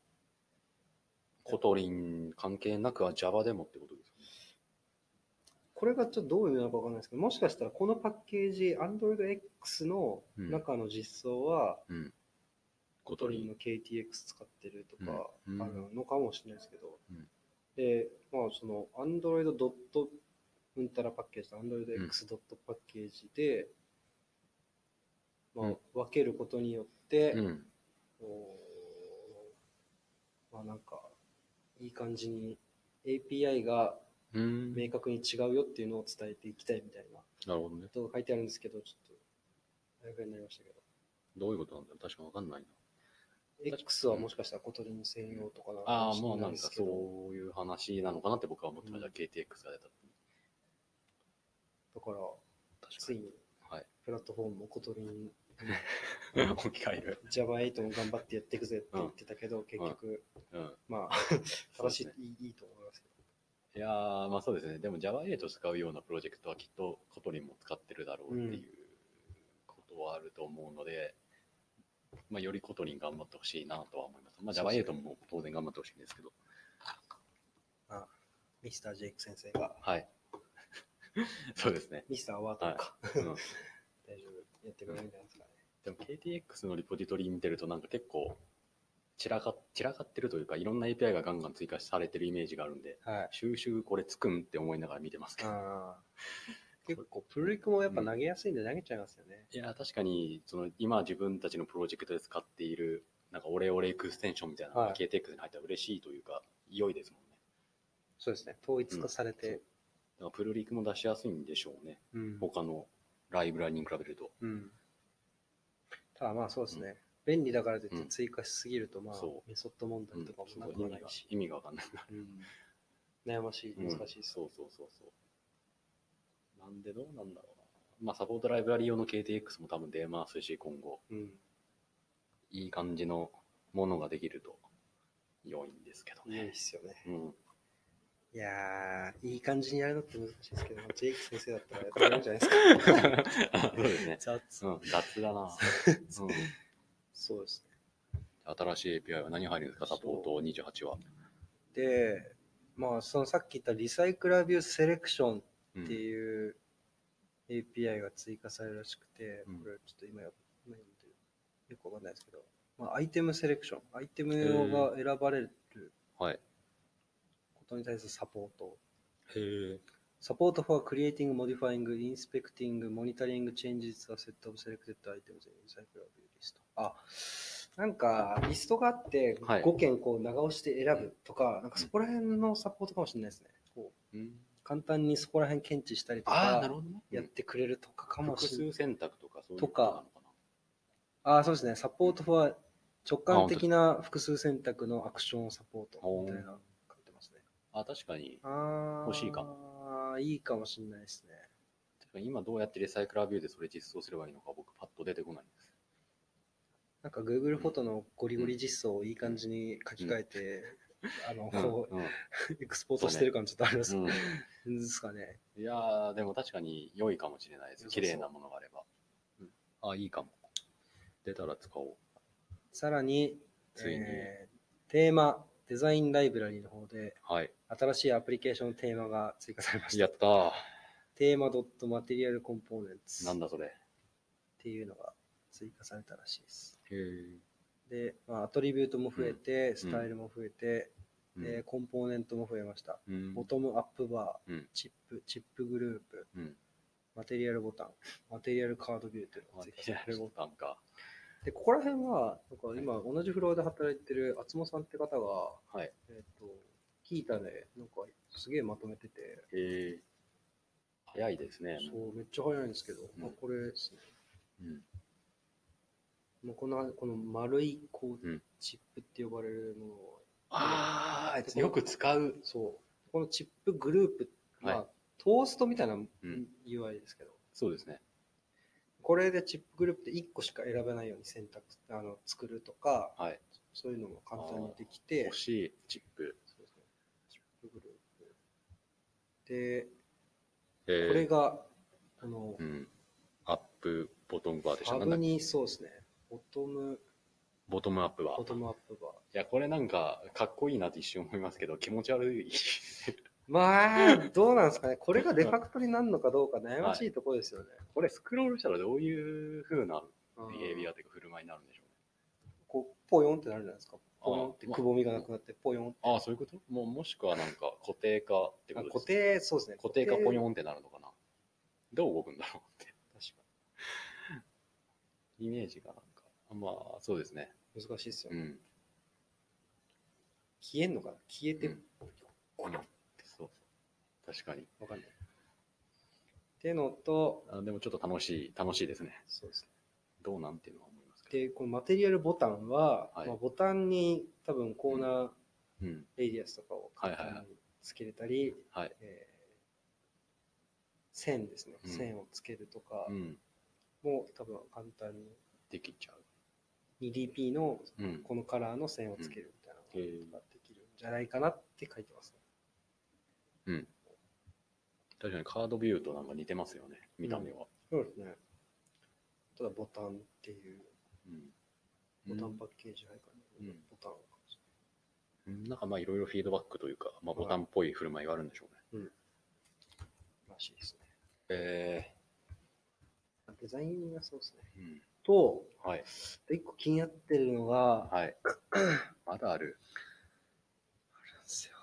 [SPEAKER 2] コトリン関係なくは Java でもってことですか
[SPEAKER 1] これがちょっとどういう意味なのかわかんないですけど、もしかしたらこのパッケージ、Android X の中の実装は、
[SPEAKER 2] うん。コ
[SPEAKER 1] コ
[SPEAKER 2] ト
[SPEAKER 1] ト
[SPEAKER 2] リ
[SPEAKER 1] リン
[SPEAKER 2] ン
[SPEAKER 1] の KTX 使ってるとか、
[SPEAKER 2] うん
[SPEAKER 1] あるのかもしれないですけど、
[SPEAKER 2] うん
[SPEAKER 1] で、まあ、その Android. ドットうんたらパッケージと Android X ドットパッケージで、
[SPEAKER 2] う
[SPEAKER 1] まあ
[SPEAKER 2] ん、
[SPEAKER 1] 分けることによって、
[SPEAKER 2] うん。
[SPEAKER 1] こうまあなんか、いい感じに API が
[SPEAKER 2] うん。な
[SPEAKER 1] 明
[SPEAKER 2] る
[SPEAKER 1] 確に違うよっていうのを伝えていきたいみたいな
[SPEAKER 2] ほどね。
[SPEAKER 1] ことが書いてあるんですけど、ちょっと、大学になりましたけど。
[SPEAKER 2] どういうことなんだろう確かわかんないな。
[SPEAKER 1] X はもしかしたら小鳥の専用とかなの
[SPEAKER 2] あ
[SPEAKER 1] か
[SPEAKER 2] あ、もうな
[SPEAKER 1] もしれない
[SPEAKER 2] ん
[SPEAKER 1] で
[SPEAKER 2] か
[SPEAKER 1] すけど、
[SPEAKER 2] そういう話なのかなって僕は思ってました。
[SPEAKER 1] うん
[SPEAKER 2] KTX が出たって。
[SPEAKER 1] だから、
[SPEAKER 2] 確
[SPEAKER 1] つ
[SPEAKER 2] か
[SPEAKER 1] い
[SPEAKER 2] に。
[SPEAKER 1] に
[SPEAKER 2] はい。
[SPEAKER 1] プラットフォームも小鳥に
[SPEAKER 2] *laughs* 置き換える。
[SPEAKER 1] ジャバエイトも頑張ってやっていくぜって言ってたけど、結局、
[SPEAKER 2] うん。
[SPEAKER 1] まあ、正しい、いいいいと思いますけ
[SPEAKER 2] いやー、まあそうですね。でも Java8 使うようなプロジェクトはきっとコトリンも使ってるだろうっていうことはあると思うので、まあよりコトリン頑張ってほしいなとは思います。まあ
[SPEAKER 1] そうです
[SPEAKER 2] Java8 も当然頑張ってほしいんですけど。
[SPEAKER 1] ど、まあ、ミスタージェイク先生が、
[SPEAKER 2] はい。 *laughs* そうですね。
[SPEAKER 1] ミスターワートか、
[SPEAKER 2] うん、
[SPEAKER 1] 大丈夫、やってくれるんじゃないですかね。
[SPEAKER 2] でも KTX のリポジトリ見てるとなんか結構散らか散らかってるというかいろんな API がガンガン追加されてるイメージがあるんで、
[SPEAKER 1] はい。
[SPEAKER 2] 収集これつくんって思いながら見てますけど。
[SPEAKER 1] あー結構、プルリクもやっぱ投げやすいんで投げちゃいますよね。
[SPEAKER 2] いや、確かに、その、今自分たちのプロジェクトで使っている、なんか、オレオレエクステンションみたいなの
[SPEAKER 1] は
[SPEAKER 2] が
[SPEAKER 1] い
[SPEAKER 2] KTX に入ったら嬉しいというか、良いですもんね。
[SPEAKER 1] そうですね、統一化されて、
[SPEAKER 2] だから、プルリクも出しやすいんでしょうね。
[SPEAKER 1] うん
[SPEAKER 2] 他のライブラリに比べると。
[SPEAKER 1] うん。ただまあそうですね、便利だからといって追加しすぎると、まあ
[SPEAKER 2] そ、
[SPEAKER 1] メソッド問題とか
[SPEAKER 2] うん
[SPEAKER 1] も
[SPEAKER 2] そう意味が
[SPEAKER 1] なくなるし、
[SPEAKER 2] 意味がわかんない。
[SPEAKER 1] うん悩ましい、難しいです。
[SPEAKER 2] そうそうそうそう。なんでどうなんだろうな。まあ、サポートライブラリ用の KTX も多分出ますし、今後、
[SPEAKER 1] うん
[SPEAKER 2] いい感じのものができると、良いんですけど
[SPEAKER 1] いい
[SPEAKER 2] ね
[SPEAKER 1] で。すよね。
[SPEAKER 2] うん。 *laughs*
[SPEAKER 1] いやー、いい感じにやるのって難しいですけど、ジェイク先生だったらやってくれるんじゃないですか。
[SPEAKER 2] あそうですね。
[SPEAKER 1] 雑
[SPEAKER 2] うん、 *laughs* 雑だ *laughs* な。うん
[SPEAKER 1] そうですね。
[SPEAKER 2] 新しい API は何入るんですか、サポート28は。
[SPEAKER 1] で、まあ、そのさっき言ったリサイクラビューセレクション
[SPEAKER 2] うん
[SPEAKER 1] っていう API が追加されるらしくて、
[SPEAKER 2] うん
[SPEAKER 1] これちょっと今や、今読んでるよくわかんないですけど、まあ、アイテムセレクション、アイテムが選ばれる
[SPEAKER 2] はい。へ
[SPEAKER 1] ことに対するサポート。
[SPEAKER 2] え。
[SPEAKER 1] Support for creating, modifying, inspecting, monitoring changes a set of selected items in recyclable list. あ、なんか、リストがあって、
[SPEAKER 2] はい
[SPEAKER 1] 5件こう長押して選ぶとか、なんかそこら辺のサポートかもしれないですね。こう簡単にそこら辺検知したりと
[SPEAKER 2] ああ、な
[SPEAKER 1] か
[SPEAKER 2] る、ほどね。
[SPEAKER 1] やってくれるとかかも
[SPEAKER 2] 複
[SPEAKER 1] しれない。
[SPEAKER 2] 数選択とかそういう
[SPEAKER 1] とか
[SPEAKER 2] ことなのか
[SPEAKER 1] あ、そうですね。サポート for 直感的な複数選択のアクションをサポートみたいなの書いてますね。
[SPEAKER 2] な。あ確かに。
[SPEAKER 1] あー
[SPEAKER 2] 欲しいか。
[SPEAKER 1] いいかもしれないですね。
[SPEAKER 2] 確かに今どうやってリサイクラービューでそれ実装すればいいのか、僕パッと出てこないんです。
[SPEAKER 1] なんか Google フォトのゴリゴリ実装をいい感じに書き換えて、あの、こ
[SPEAKER 2] うんうん
[SPEAKER 1] う、エクスポートしてる感ちょっとあります。
[SPEAKER 2] うん
[SPEAKER 1] ですかね。
[SPEAKER 2] いやー、でも確かに良いかもしれないです。
[SPEAKER 1] そうそう
[SPEAKER 2] 綺麗なものがあれば。あ、いいかも。出たら使おう。
[SPEAKER 1] さらに、
[SPEAKER 2] ついに
[SPEAKER 1] えーテーマ、デザインライブラリの方で、
[SPEAKER 2] はい。
[SPEAKER 1] 新しいアプリケーションのテーマが追加されまし
[SPEAKER 2] や
[SPEAKER 1] た
[SPEAKER 2] っ。たー。
[SPEAKER 1] テーマ .materialcomponents
[SPEAKER 2] な
[SPEAKER 1] っ
[SPEAKER 2] んだそれ。
[SPEAKER 1] ていうのが追加されたらしいです。
[SPEAKER 2] へえ。
[SPEAKER 1] で、まあ、アトリビュートも増えて、スタイルも増えて、で、コンポーネントも増えました。
[SPEAKER 2] うん
[SPEAKER 1] ボトムアップバー、
[SPEAKER 2] うん
[SPEAKER 1] チップ、チップグループ、
[SPEAKER 2] うん
[SPEAKER 1] マテリアルボタン、マテリアルカードビューっていうの
[SPEAKER 2] マ
[SPEAKER 1] が
[SPEAKER 2] テ
[SPEAKER 1] 追加
[SPEAKER 2] リ
[SPEAKER 1] さ
[SPEAKER 2] ア
[SPEAKER 1] れ
[SPEAKER 2] ル
[SPEAKER 1] ま
[SPEAKER 2] ボ
[SPEAKER 1] し
[SPEAKER 2] タンか。
[SPEAKER 1] たで、ここら辺は、なんか今同じフロアで働いてる厚もさんって方が、
[SPEAKER 2] はい。
[SPEAKER 1] えっ、と、聞いたね、なんかすげえまとめてて、
[SPEAKER 2] へえ。早いですね。
[SPEAKER 1] そう、めっちゃ早いんですけど、
[SPEAKER 2] ん
[SPEAKER 1] まあ、これですね。
[SPEAKER 2] うん。
[SPEAKER 1] もうこの、この丸い、こう、
[SPEAKER 2] うん
[SPEAKER 1] チップって呼ばれるものを、
[SPEAKER 2] ああ、よく使う。
[SPEAKER 1] そう、このチップグループ、まあ、
[SPEAKER 2] は
[SPEAKER 1] トーストみたいな UI ですけど、
[SPEAKER 2] そうですね。
[SPEAKER 1] これでチップグループって1個しか選べないように選択、あの、作るとか、
[SPEAKER 2] はい。
[SPEAKER 1] そういうのも簡単にできて
[SPEAKER 2] 欲、しいチップ。
[SPEAKER 1] そうですねチップグルー
[SPEAKER 2] え
[SPEAKER 1] プ。で、これが、あの
[SPEAKER 2] う、ん。アップ、ボトムバーでした。
[SPEAKER 1] ハ
[SPEAKER 2] なんだ
[SPEAKER 1] ブ
[SPEAKER 2] っけ
[SPEAKER 1] に、そうですね、ボトム、
[SPEAKER 2] ボトムアップバ
[SPEAKER 1] ボ
[SPEAKER 2] ー。
[SPEAKER 1] トムアップバー。
[SPEAKER 2] いや、これなんか、かっこいいなって一瞬思いますけど、気持ち悪い。
[SPEAKER 1] まあ、どうなんですかね、これがデファクトになるのかどうか悩ましいところですよね。
[SPEAKER 2] *laughs* これスクロールしたらどういう風な
[SPEAKER 1] うん
[SPEAKER 2] ビヘイビアというか振る舞いになるんでしょ
[SPEAKER 1] こう、ポヨンってなるじゃないですか。ポヨンって
[SPEAKER 2] あー
[SPEAKER 1] くぼみがなくなって、ポヨン
[SPEAKER 2] うね。ああ、そういうこともうもしくはなんか固定化って
[SPEAKER 1] あ
[SPEAKER 2] ことです
[SPEAKER 1] 固定、そうですね。
[SPEAKER 2] 固定かポニ
[SPEAKER 1] ン。
[SPEAKER 2] ョンってなるのかなどう動くんだろうって。
[SPEAKER 1] 確か
[SPEAKER 2] *laughs* イメージがなんか。まあ、そうですね。
[SPEAKER 1] に難しいですよ
[SPEAKER 2] う
[SPEAKER 1] ね。
[SPEAKER 2] ん。
[SPEAKER 1] 消えんのかな消えて、
[SPEAKER 2] うんポニョンってそうそう。確かに。
[SPEAKER 1] わかんない。ってのと、
[SPEAKER 2] あでもちょっと楽しい、楽しいですね。
[SPEAKER 1] そうですね。
[SPEAKER 2] どうなんていうのは思いますけ
[SPEAKER 1] で、このマテリアルボタンは、
[SPEAKER 2] はい
[SPEAKER 1] まあ、ボタンに多分コーナー
[SPEAKER 2] ど。うん。
[SPEAKER 1] レイディアスとかを簡
[SPEAKER 2] はいはい
[SPEAKER 1] 単
[SPEAKER 2] は
[SPEAKER 1] につけれたり、
[SPEAKER 2] はい。
[SPEAKER 1] えー線ですね。
[SPEAKER 2] うん
[SPEAKER 1] 線をつけるとか
[SPEAKER 2] うん。
[SPEAKER 1] も多分簡単に
[SPEAKER 2] できちゃ
[SPEAKER 1] 2DP の
[SPEAKER 2] う。うん。
[SPEAKER 1] このカラーの線をつけるみたいな
[SPEAKER 2] へえ
[SPEAKER 1] のができるんじゃないかなって書いてます、
[SPEAKER 2] 確かにカードビューとなんか似てますよね、見た目は。
[SPEAKER 1] そうですね。ただボタンっていう、
[SPEAKER 2] うん。
[SPEAKER 1] ボタンパッケージ配
[SPEAKER 2] う
[SPEAKER 1] 管
[SPEAKER 2] ん
[SPEAKER 1] のボタン。
[SPEAKER 2] うんなんかまあいろいろフィードバックというか、まあボタンっぽい振る舞いがあるんでしょうね。
[SPEAKER 1] らしいですね。
[SPEAKER 2] え
[SPEAKER 1] デザインがそうですね。
[SPEAKER 2] えうん。
[SPEAKER 1] と、
[SPEAKER 2] はい。
[SPEAKER 1] 一個気になってるのが、あ *coughs*
[SPEAKER 2] はい。まだある。
[SPEAKER 1] れなんですよ。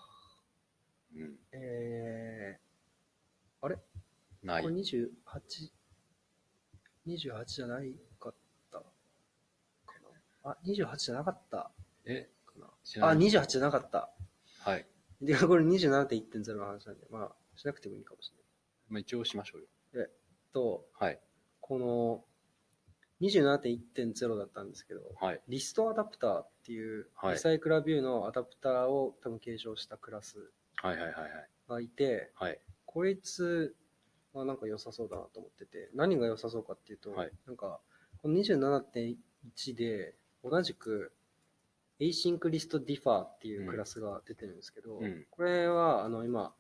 [SPEAKER 2] うん。
[SPEAKER 1] え
[SPEAKER 2] ない
[SPEAKER 1] ー、これ。28、28じゃないかったかな。あ、28じゃなかったか
[SPEAKER 2] え、
[SPEAKER 1] な。
[SPEAKER 2] 知
[SPEAKER 1] あ、
[SPEAKER 2] らない。
[SPEAKER 1] 28じゃなかった。
[SPEAKER 2] はい。
[SPEAKER 1] で、これ27.1.0の話なんで、まあ、しなくてもいいかもしれない。
[SPEAKER 2] まあ一応しましょうよ。
[SPEAKER 1] と、
[SPEAKER 2] はい。
[SPEAKER 1] この、27.1.0だったんですけど、
[SPEAKER 2] はい。
[SPEAKER 1] リストアダプターっていう、
[SPEAKER 2] はい
[SPEAKER 1] リサイクラビューのアダプターを多分継承したクラス
[SPEAKER 2] はいはいはい
[SPEAKER 1] がいて、
[SPEAKER 2] はい。はい。
[SPEAKER 1] こいつはなんか良さそうだなと思ってて、何が良さそうかっていうと、
[SPEAKER 2] はい
[SPEAKER 1] なんか、この27.1で同じく async リストディファーっていうクラスが出てるんですけど、
[SPEAKER 2] うん。
[SPEAKER 1] これはあの今、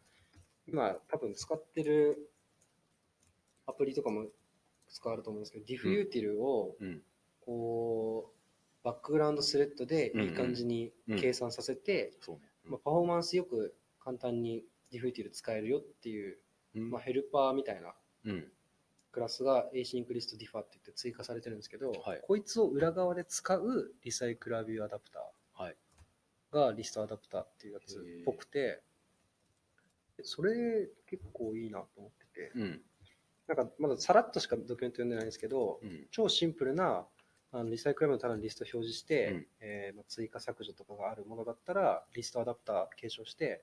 [SPEAKER 1] 今多分使ってるアプリとかも使われると思うんですけど、ディフユーティルを
[SPEAKER 2] うん。
[SPEAKER 1] こう、バックグラウンドスレッドでいい感じに
[SPEAKER 2] うんうん
[SPEAKER 1] 計算させて、
[SPEAKER 2] そうね。
[SPEAKER 1] まあ、パフォーマンスよく簡単にディフューティル使えるよっていう、
[SPEAKER 2] うん
[SPEAKER 1] まあ、ヘルパーみたいな
[SPEAKER 2] うん。
[SPEAKER 1] クラスが Async リストディファって言って追加されてるんですけど、
[SPEAKER 2] はい
[SPEAKER 1] こいつを裏側で使うリサイクラビューアダプタ
[SPEAKER 2] はい。
[SPEAKER 1] ーがリストアダプターっていうやつっぽくて、それ結構いいなと思ってて、
[SPEAKER 2] うん。
[SPEAKER 1] なんかまださらっとしかドキュメント読んでないんですけど、
[SPEAKER 2] うん。
[SPEAKER 1] 超シンプルなあのリサイクラブのただのリスト表示して、
[SPEAKER 2] うん
[SPEAKER 1] えーまあ、追加削除とかがあるものだったらリストアダプター継承して、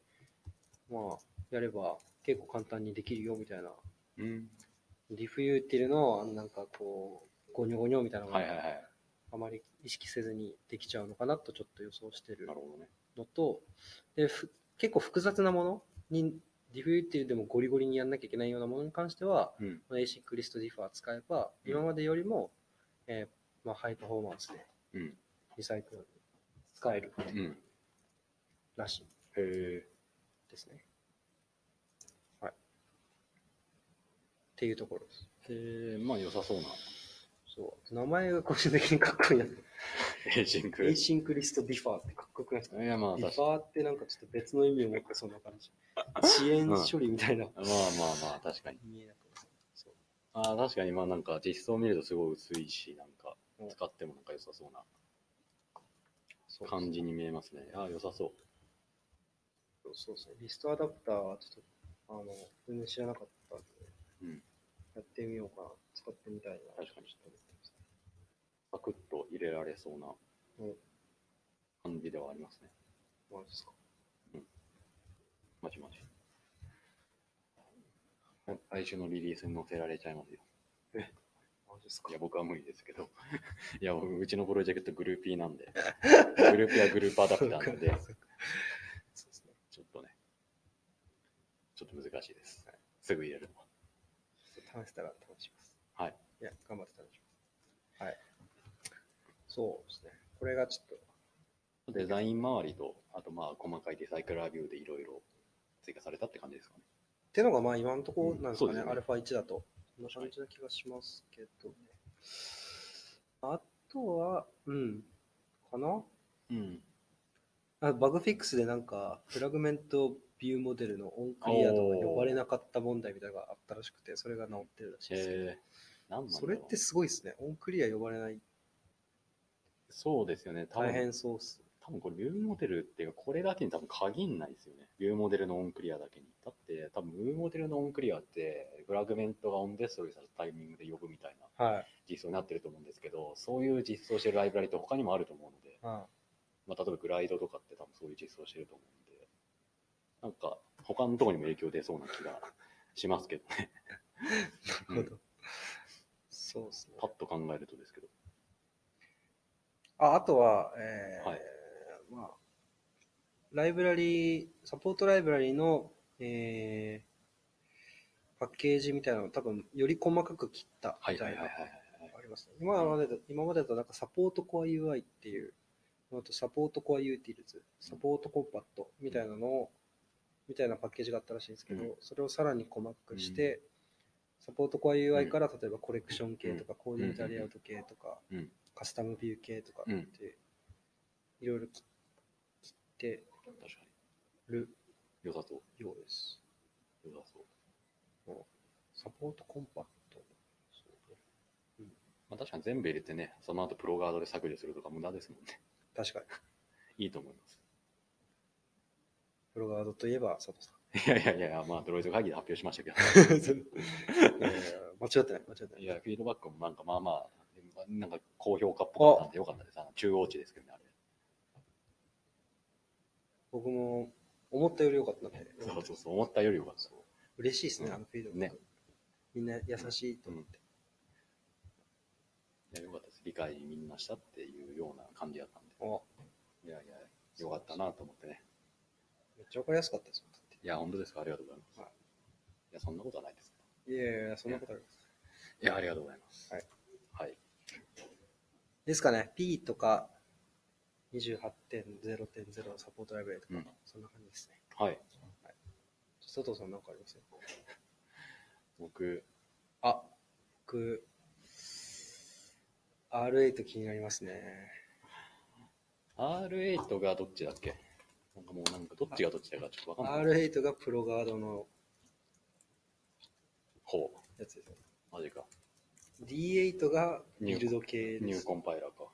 [SPEAKER 1] まあ、やれば結構簡単にできるよみたいな
[SPEAKER 2] うん。
[SPEAKER 1] リフユーティルのあのなんかこうゴニョゴニョみたいなのが
[SPEAKER 2] はいはいはい。
[SPEAKER 1] あまり意識せずにできちゃうのかなとちょっと予想してる
[SPEAKER 2] なるほどね。
[SPEAKER 1] のとでふ結構複雑なものにディフユーティルでもゴリゴリにやんなきゃいけないようなものに関しては
[SPEAKER 2] うん。
[SPEAKER 1] この ASIC リストディファー使えば、
[SPEAKER 2] うん
[SPEAKER 1] 今までよりも、えーまあ、ハイパフォーマンスで
[SPEAKER 2] うん。
[SPEAKER 1] リサイクル使える
[SPEAKER 2] うん。
[SPEAKER 1] らしい
[SPEAKER 2] へえ。
[SPEAKER 1] ですね。はい。っていうところです。
[SPEAKER 2] えー、まあ良さそうな。
[SPEAKER 1] そう。名前が個人的にかっこいいな。
[SPEAKER 2] エイジン
[SPEAKER 1] エ
[SPEAKER 2] グ。
[SPEAKER 1] イシンクリストディファーってかっこよくないですか
[SPEAKER 2] いや、まあ
[SPEAKER 1] ディ
[SPEAKER 2] 確
[SPEAKER 1] フ
[SPEAKER 2] か
[SPEAKER 1] ァーってなんかちょっと別の意味を持ってそうな感
[SPEAKER 2] *laughs*
[SPEAKER 1] じ。遅延処理みたいな。
[SPEAKER 2] まあまあまあ、確かに。
[SPEAKER 1] 見えなくなるそう
[SPEAKER 2] ああ、確かに、まあなんか、実装を見るとすごい薄いし、なんか
[SPEAKER 1] うん、
[SPEAKER 2] 使ってもなんか良さそうな
[SPEAKER 1] そう
[SPEAKER 2] 感じに見えますね。ああ、良さそ
[SPEAKER 1] そうそうそう。リストアダプターはちょっと、あの、全然知らなかったんで、
[SPEAKER 2] うん
[SPEAKER 1] やってみようかな。使ってみたいな。
[SPEAKER 2] 確かにう。サクッと入れられそうな
[SPEAKER 1] うん
[SPEAKER 2] 感じではありますね。
[SPEAKER 1] マジですか。
[SPEAKER 2] まちまち。来週のリリースに載せられちゃいますよ。
[SPEAKER 1] マジですか
[SPEAKER 2] いや、。僕は無理ですけ
[SPEAKER 1] *laughs*
[SPEAKER 2] ど。いや、うちのプロジェクトグルーピーなんで。グルーピーはグループアダプターなんで、
[SPEAKER 1] そうですね。
[SPEAKER 2] ちょっとね。ちょっと難しいです。すぐ入れるのは。
[SPEAKER 1] 試せたら楽しみます。
[SPEAKER 2] はい。
[SPEAKER 1] いや、頑張って楽しみます。はい。そうですね。これがちょっと、
[SPEAKER 2] デザイン周りと、あとまあ、細かいデザイクラービューでいろいろ追加されたって感じですかね。
[SPEAKER 1] ってのがまあ今のところなんですか
[SPEAKER 2] うんそうで
[SPEAKER 1] ね。
[SPEAKER 2] すね
[SPEAKER 1] アルファ1だと。そんな感じな気がしますけどね。あとは、うん。かな
[SPEAKER 2] うん。
[SPEAKER 1] あバグフィックスでなんか、フラグメントビューモデルのオンクリアとか呼ばれなかった問題みたいなのがあったらしくて、それが直ってるらしいですけど。
[SPEAKER 2] えー、なんなんだろう
[SPEAKER 1] それってすごいですね。オンクリア呼ばれない。
[SPEAKER 2] そうですよね。多分
[SPEAKER 1] 大変そうっす。
[SPEAKER 2] 多分これビューモデルっていうか、これだけに多分限んないですよね。ビューモデルのオンクリアだけに。だって、多分ビューモデルのオンクリアって、フラグメントがオンデストリーされたタイミングで呼ぶみたいな
[SPEAKER 1] はい。
[SPEAKER 2] 実装になってると思うんですけど、そういう実装してるライブラリって他にもあると思うので、
[SPEAKER 1] うん
[SPEAKER 2] まあ、例えばグライドとかって多分そういう実装してると思うんで、なんか他のところにも影響出そうな気がしますけど *laughs* ね。
[SPEAKER 1] なるほど。そうですね。
[SPEAKER 2] パッと考えるとですけど。
[SPEAKER 1] ああとは、えー
[SPEAKER 2] はい
[SPEAKER 1] まあ、ライブラリー、サポートライブラリーの、えーパッケージみたいなのを多分より細かく切った
[SPEAKER 2] はい
[SPEAKER 1] みた
[SPEAKER 2] はい
[SPEAKER 1] い
[SPEAKER 2] はい
[SPEAKER 1] な、
[SPEAKER 2] はいはい。
[SPEAKER 1] ありますね。今までだ今までだとなんかサポートコア UI っていう、あとサポートコアユーティルズ、サポートコンパットみたいなのを、みたいなパッケージがあったらしいんですけど、
[SPEAKER 2] うん
[SPEAKER 1] それをさらに細かくして、サポートコア UI から例えばコレクション系とか、コーディネーターレイアウト系とか、
[SPEAKER 2] うん
[SPEAKER 1] カスタムビュー系とかって、いろいろ切って
[SPEAKER 2] 確かに。
[SPEAKER 1] る
[SPEAKER 2] 良さそう。
[SPEAKER 1] ようです。
[SPEAKER 2] 良さそう。
[SPEAKER 1] サポートコンパット。
[SPEAKER 2] まあ、確かに全部入れてね、その後プロガードで削除するとか無駄ですもんね。 *laughs*
[SPEAKER 1] 確かに。
[SPEAKER 2] いいと思います。
[SPEAKER 1] プロガードといえば佐
[SPEAKER 2] *laughs*
[SPEAKER 1] 藤さん。
[SPEAKER 2] いやいやいや、まあ、ドロイド会議で発表しましたけ *laughs* ど。
[SPEAKER 1] いやいや間違ってない、間違ってないい。
[SPEAKER 2] や、フィードバックもなんかまあまあ、なんか高評価っぽかったんでよかったです。あの中央値ですけどね、あれ。
[SPEAKER 1] 僕も思ったより良かったね。
[SPEAKER 2] そうそうそう、思ったより良かった。
[SPEAKER 1] 嬉しいですね、
[SPEAKER 2] うん
[SPEAKER 1] あのフィードバック。
[SPEAKER 2] ね
[SPEAKER 1] みんな優しいと思って。
[SPEAKER 2] いや、良かったです。理解みんなしたっていうような感じだったんで。
[SPEAKER 1] あ
[SPEAKER 2] いやいや、良かったなと思ってね。
[SPEAKER 1] めっちゃ分かりやすかったですもんだっ
[SPEAKER 2] いや、本当ですか。ありがとうございます。
[SPEAKER 1] はい
[SPEAKER 2] い、や、そんなことはないです。
[SPEAKER 1] ていやいやいや、そんなことある。
[SPEAKER 2] いや、ありがとうございます。
[SPEAKER 1] はい。
[SPEAKER 2] はい。
[SPEAKER 1] ですかね、P とか28.0.0サポートライブラリとか、
[SPEAKER 2] うん
[SPEAKER 1] そんな感じですね。
[SPEAKER 2] はい。
[SPEAKER 1] 佐藤さんなんかあります
[SPEAKER 2] 僕、
[SPEAKER 1] あ、僕、R8 気になりますね。
[SPEAKER 2] R8 がどっちだっけなんかもうなんかどっちがどっちだかちょっとわかんない。
[SPEAKER 1] R8 がプロガードの
[SPEAKER 2] ほ
[SPEAKER 1] やつですね。
[SPEAKER 2] う。マジか。
[SPEAKER 1] D8 がビルド系
[SPEAKER 2] ニ
[SPEAKER 1] で
[SPEAKER 2] ュー
[SPEAKER 1] す。
[SPEAKER 2] コンパイラーか。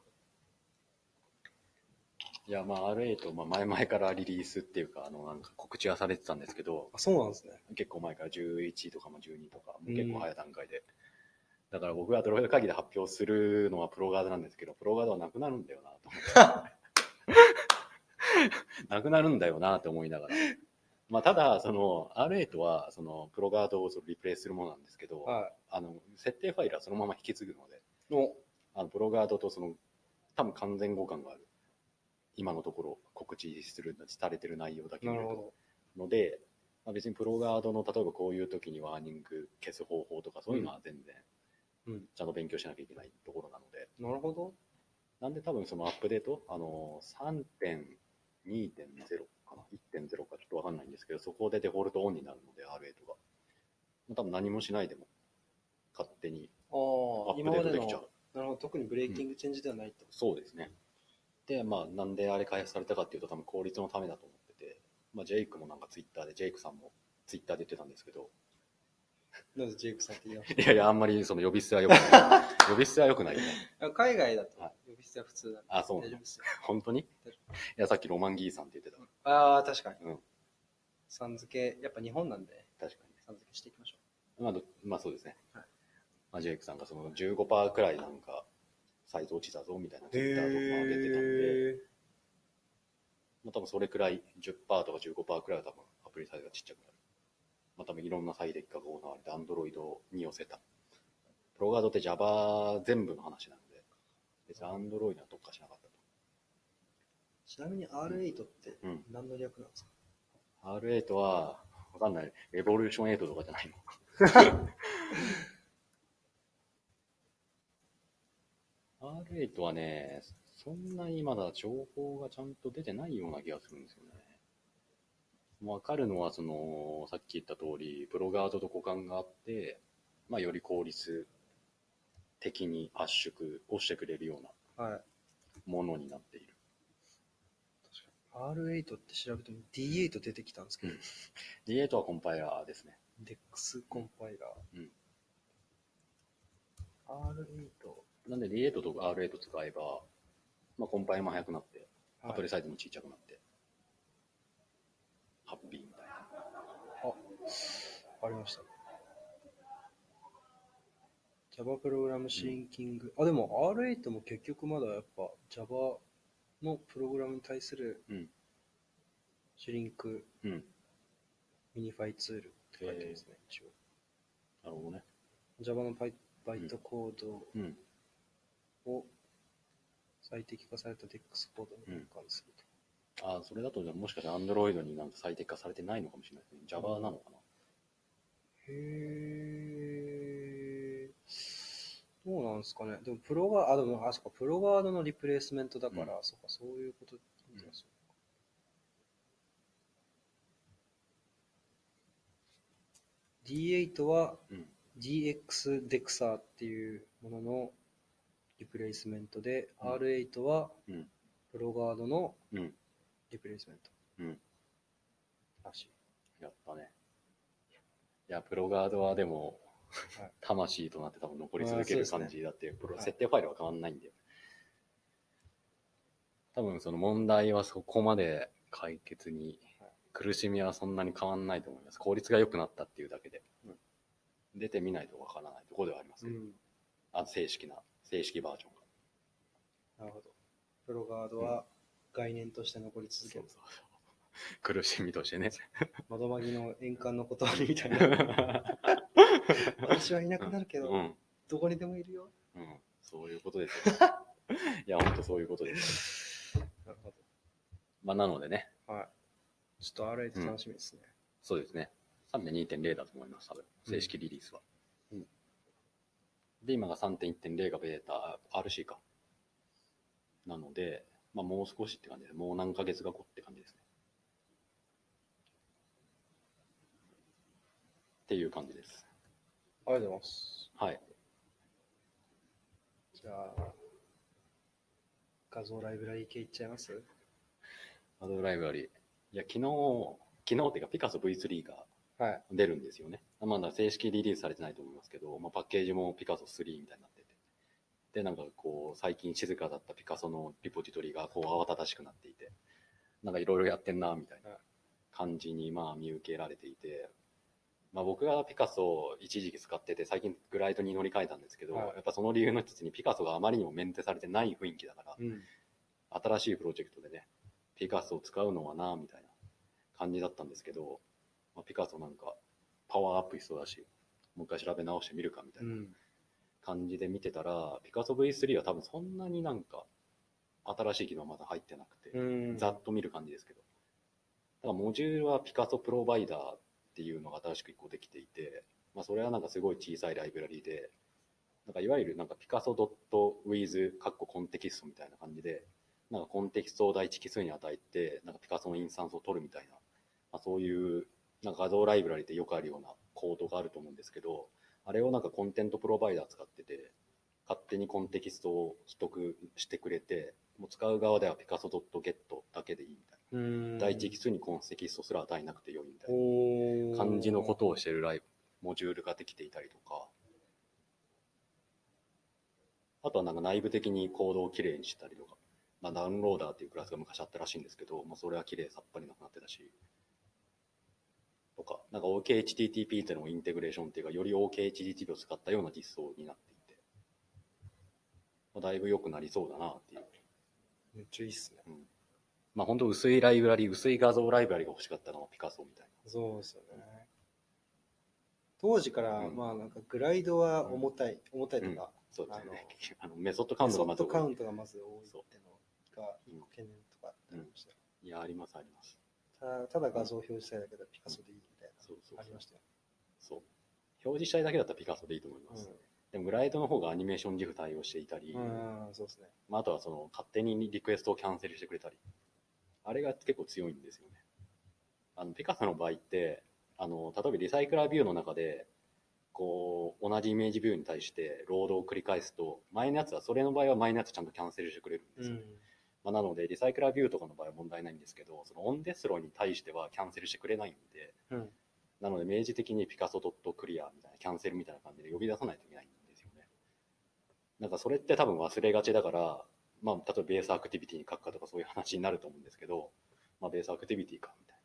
[SPEAKER 2] いや、まあ R8、まあ前々からリリースっていうか、あの、なんか告知はされてたんですけど、
[SPEAKER 1] あ、そうなんですね。
[SPEAKER 2] 結構前から11とかも12とか、もう結構早い段階で。だから僕はドロイド会議で発表するのはプロガードなんですけど、プロガードはなくなるんだよなと思って。なくなるんだよなと思いながら。まあただ、その R8 は、そのプロガードをそのリプレイするものなんですけど、
[SPEAKER 1] は
[SPEAKER 2] あの、設定ファイルはそのまま引き継ぐので、
[SPEAKER 1] い。の、
[SPEAKER 2] あのブロガードとその多分完全互換がある今のところ告知するされてる内容だけ
[SPEAKER 1] な
[SPEAKER 2] 見
[SPEAKER 1] る
[SPEAKER 2] る
[SPEAKER 1] ほ
[SPEAKER 2] と
[SPEAKER 1] ど。
[SPEAKER 2] ので、まあ、別にプロガードの例えばこういう時にワーニング消す方法とかそういうのは全然
[SPEAKER 1] うん
[SPEAKER 2] ちゃんと勉強しなきゃいけないところなので、
[SPEAKER 1] なるほど。
[SPEAKER 2] なんで多分そのアップデートあの3.2.0かな1.0かちょっとわかんないんですけどそこでデフォルトオンになるので R8 がまあ多分何もしないでも勝手にア
[SPEAKER 1] ああ
[SPEAKER 2] ッ、プ
[SPEAKER 1] 今
[SPEAKER 2] デ
[SPEAKER 1] ま
[SPEAKER 2] ート
[SPEAKER 1] で
[SPEAKER 2] で
[SPEAKER 1] の、
[SPEAKER 2] きちゃう
[SPEAKER 1] なるほど、特にブレーキングチェンジではないと。
[SPEAKER 2] そうですね。で、まあ、なんであれ開発されたかっていうと、多分効率のためだと思ってて、まあ、ジェイクもなんかツイッターで、ジェイクさんもツイッターで言ってたんですけど、
[SPEAKER 1] なぜジェイクさんって言いまし
[SPEAKER 2] いやいや、あんまりその呼び捨ては
[SPEAKER 1] *laughs*
[SPEAKER 2] 良くない。呼び捨ては良くないよね。
[SPEAKER 1] たあ海外だと
[SPEAKER 2] はい、
[SPEAKER 1] 呼び捨ては普通だ、
[SPEAKER 2] あ、そうな
[SPEAKER 1] 大
[SPEAKER 2] の
[SPEAKER 1] 丈夫ですよ。
[SPEAKER 2] 本当にいや、さっきロマンギーさんって言ってたか
[SPEAKER 1] ああ、確かに。
[SPEAKER 2] ら。うん、
[SPEAKER 1] さん付け、やっぱ日本なんで、
[SPEAKER 2] 確か
[SPEAKER 1] さん付けしていきましょ
[SPEAKER 2] に。まあ、どまあ、そうですね。
[SPEAKER 1] はい
[SPEAKER 2] まあ、ジェイクさんがその15%くらいなんか、サイズ落ちたぞみたいな
[SPEAKER 1] う。
[SPEAKER 2] ツイッターとかも上げてたんで、
[SPEAKER 1] え。
[SPEAKER 2] まあ、多分それくらい、10%とか15%くらいは多分アプリサイズがちっちゃくなる。まあ、多分いろんな最適化が行われて、Android に寄せた。プロガードって Java 全部の話なので、別に Android には特化しなかった
[SPEAKER 1] ちなみに R8 って
[SPEAKER 2] うん
[SPEAKER 1] 何の略なんですか
[SPEAKER 2] と。R8 は、わかんない。エボリューション8とかじゃないの。R8 はね、そんなにまだ情報がちゃんと出てないような気がするんですよね。わかるのは、その、さっき言った通り、プロガードと互換があって、まあ、より効率的に圧縮をしてくれるような
[SPEAKER 1] はい。
[SPEAKER 2] ものになっている。
[SPEAKER 1] R8 って調べても D8 出てきたんですけど、
[SPEAKER 2] D8 はコンパイラーですね。
[SPEAKER 1] DEX コンパイラー。
[SPEAKER 2] うん。
[SPEAKER 1] R8。
[SPEAKER 2] なんで D8 と R8 使えば、まあ、コンパイルも速くなって、アプリサイズも小さくなって、ハッピーみたいな。
[SPEAKER 1] ありました。Java プログラムシンキング。あ、でも R8 も結局まだやっぱ Java のプログラムに対する
[SPEAKER 2] うん
[SPEAKER 1] シュリンク、
[SPEAKER 2] うん
[SPEAKER 1] ミニファイツールって書いてますね、一応。
[SPEAKER 2] なるほどね。
[SPEAKER 1] Java のバイバイトコー
[SPEAKER 2] うん。
[SPEAKER 1] ドを最適化された DEX コードに変換すると。
[SPEAKER 2] あそれだと、じゃあもしかしたら Android になんか最適化されてないのかもしれないですね。Java なのかな。
[SPEAKER 1] へー。どうなんなんですかね。でも、プロが、あ、でも、あ、そっか、プロガードのリプレイスメントだから、そっか、そういうことだったらそうかそうか D8 は
[SPEAKER 2] うん
[SPEAKER 1] DX デクサーっていうもののリプレイスメントで、
[SPEAKER 2] うん
[SPEAKER 1] R8 は
[SPEAKER 2] うん
[SPEAKER 1] プロガードの
[SPEAKER 2] うん
[SPEAKER 1] リプレイスメント。
[SPEAKER 2] うん
[SPEAKER 1] らしい。
[SPEAKER 2] やったね。いや、プロガードはでも
[SPEAKER 1] はい、
[SPEAKER 2] 魂となって多分残り続け
[SPEAKER 1] まあ
[SPEAKER 2] る
[SPEAKER 1] そうですね
[SPEAKER 2] 感じだって、プロ
[SPEAKER 1] はい
[SPEAKER 2] 設定ファイルは変わんないんだよ。多分その問題はそこまで解決に
[SPEAKER 1] はい、
[SPEAKER 2] 苦しみはそんなに変わんないと思います。効率が良くなったっていうだけで
[SPEAKER 1] うん。
[SPEAKER 2] 出てみないとわからないところではありますけど、
[SPEAKER 1] ん。
[SPEAKER 2] あ正式な、正式バージョンが。
[SPEAKER 1] なるほど。プロガードは概念として残り続ける。
[SPEAKER 2] そうそうそう *laughs* 苦しみとしてね。
[SPEAKER 1] 窓まぎの円環の断りみたいな。
[SPEAKER 2] な *laughs*
[SPEAKER 1] 私はいなくなる *laughs* けど、
[SPEAKER 2] うん
[SPEAKER 1] どこにでもいるよ。
[SPEAKER 2] うん、そういうことですよ。
[SPEAKER 1] *laughs*
[SPEAKER 2] いや、本当そういうことです。
[SPEAKER 1] なるほ
[SPEAKER 2] まあ、なのでね、
[SPEAKER 1] ど。はい。ちょっと R8 楽しみですね。
[SPEAKER 2] そうですね。3.2.0だと思います、多分。正式リリースは。
[SPEAKER 1] うん
[SPEAKER 2] で、今が3.1.0がベータ、RC か。なので、まあ、もう少しって感じで、もう何ヶ月が後って感じですね。っていう感じです。
[SPEAKER 1] ありがとうございます。
[SPEAKER 2] はい。
[SPEAKER 1] じゃあ、画像ライブラリー系いっちゃいます
[SPEAKER 2] アドライブラリー。いや、昨日、昨日っていうか、ピカソ V3 が
[SPEAKER 1] はい。
[SPEAKER 2] 出るんですよね。まだ正式リリースされてないと思いますけど、まあ、パッケージもピカソ3みたいになってて。で、なんかこう、最近静かだったピカソのリポジトリがこう慌ただしくなっていて、なんかいろいろやってんな、みたいな感じにまあ見受けられていて、まあ僕がピカソを一時期使ってて、最近グライドに乗り換えたんですけど、
[SPEAKER 1] はい
[SPEAKER 2] やっぱその理由の一つにピカソがあまりにもメンテされてない雰囲気だから、
[SPEAKER 1] うん。
[SPEAKER 2] 新しいプロジェクトでね、ピカソを使うのはな、みたいな感じだったんですけど、まあ、ピカソなんかパワーアップしそうだし、もう一回調べ直してみるかみた
[SPEAKER 1] う。
[SPEAKER 2] いなん感じで見てたら、ピカソ V3 は多分そんなになんか新しい機能まだ入ってなくて、
[SPEAKER 1] うん。
[SPEAKER 2] ざっと見る感じですけど。だからモジュールはピカソプロバイダーっていうのが新しく一個できていて、まあそれはなんかすごい小さいライブラリで、なんかいわゆるなんかピカソ .with カッココンテキストみたいな感じで、なんかコンテキストを第一奇数に与えて、なんかピカソのインスタンスを取るみたいな、まあ、そういうなんか画像ライブラリでよくあるようなコードがあると思うんですけど、あれをなんかコンテントプロバイダー使ってて、勝手にコンテキストを取得してくれて、もう使う側ではピカソ .get だけでいいみたい
[SPEAKER 1] うん
[SPEAKER 2] な。第一奇数にコンテキストすら与えなくてよいみたいな。
[SPEAKER 1] おー
[SPEAKER 2] 感じのことをしてるライブ、モジュールができていたりとか、あとはなんか内部的にコードをきれいにしたりとか、まあ、ダウンローダーっていうクラスが昔あったらしいんですけど、まあ、それはきれいさっぱりなくなってたし、とか、なんか OKHTTP っていうのもインテグレーションっていうか、より OKHTTP を使ったような実装になっていて、まあ、だいぶ良くなりそうだなっていう。
[SPEAKER 1] めっちゃいいっすね。
[SPEAKER 2] まあ本当薄いライブラリ、薄い画像ライブラリが欲しかったのはピカソみたいな。
[SPEAKER 1] そうですよね。当時から、
[SPEAKER 2] うん
[SPEAKER 1] まあなんかグライドは重たい、重たいとか、
[SPEAKER 2] そうですね。 *laughs* あのメソッドカウントが
[SPEAKER 1] ソフ
[SPEAKER 2] まず
[SPEAKER 1] ト
[SPEAKER 2] 多い
[SPEAKER 1] カウントがまず多いって
[SPEAKER 2] そう
[SPEAKER 1] のが
[SPEAKER 2] うん
[SPEAKER 1] 懸念とかありましたよ
[SPEAKER 2] いや、あります、あります。
[SPEAKER 1] ただただ画像表示したいだけどピカソでいいみたい
[SPEAKER 2] そうそう
[SPEAKER 1] な、あ
[SPEAKER 2] そ
[SPEAKER 1] り
[SPEAKER 2] う
[SPEAKER 1] ましたよ。
[SPEAKER 2] そう。表示したいだけだったらピカソでいいと思います。でも、グライドの方がアニメーション GIF 対応していたり、
[SPEAKER 1] うん、うんそうですね。
[SPEAKER 2] まあ、あとはその勝手にリクエストをキャンセルしてくれたり、あれが結構強いんですよね。あのピカソの場合って、あの例えばリサイクラービューの中で、こう同じイメージビューに対してロードを繰り返すと、前のやつは、それの場合は前のやつちゃんとキャンセルしてくれるんですよね。まあ、なので、リサイクラービューとかの場合は問題ないんですけど、そのオンデスロに対してはキャンセルしてくれないんで、
[SPEAKER 1] うん
[SPEAKER 2] なので明示的にピカソドットクリアみたいな、キャンセルみたいな感じで呼び出さないといけないんですよね。なんかそれって多分忘れがちだから、まあ、例えばベースアクティビティに書くかとかそういう話になると思うんですけど、まあ、ベースアクティビティかみたいな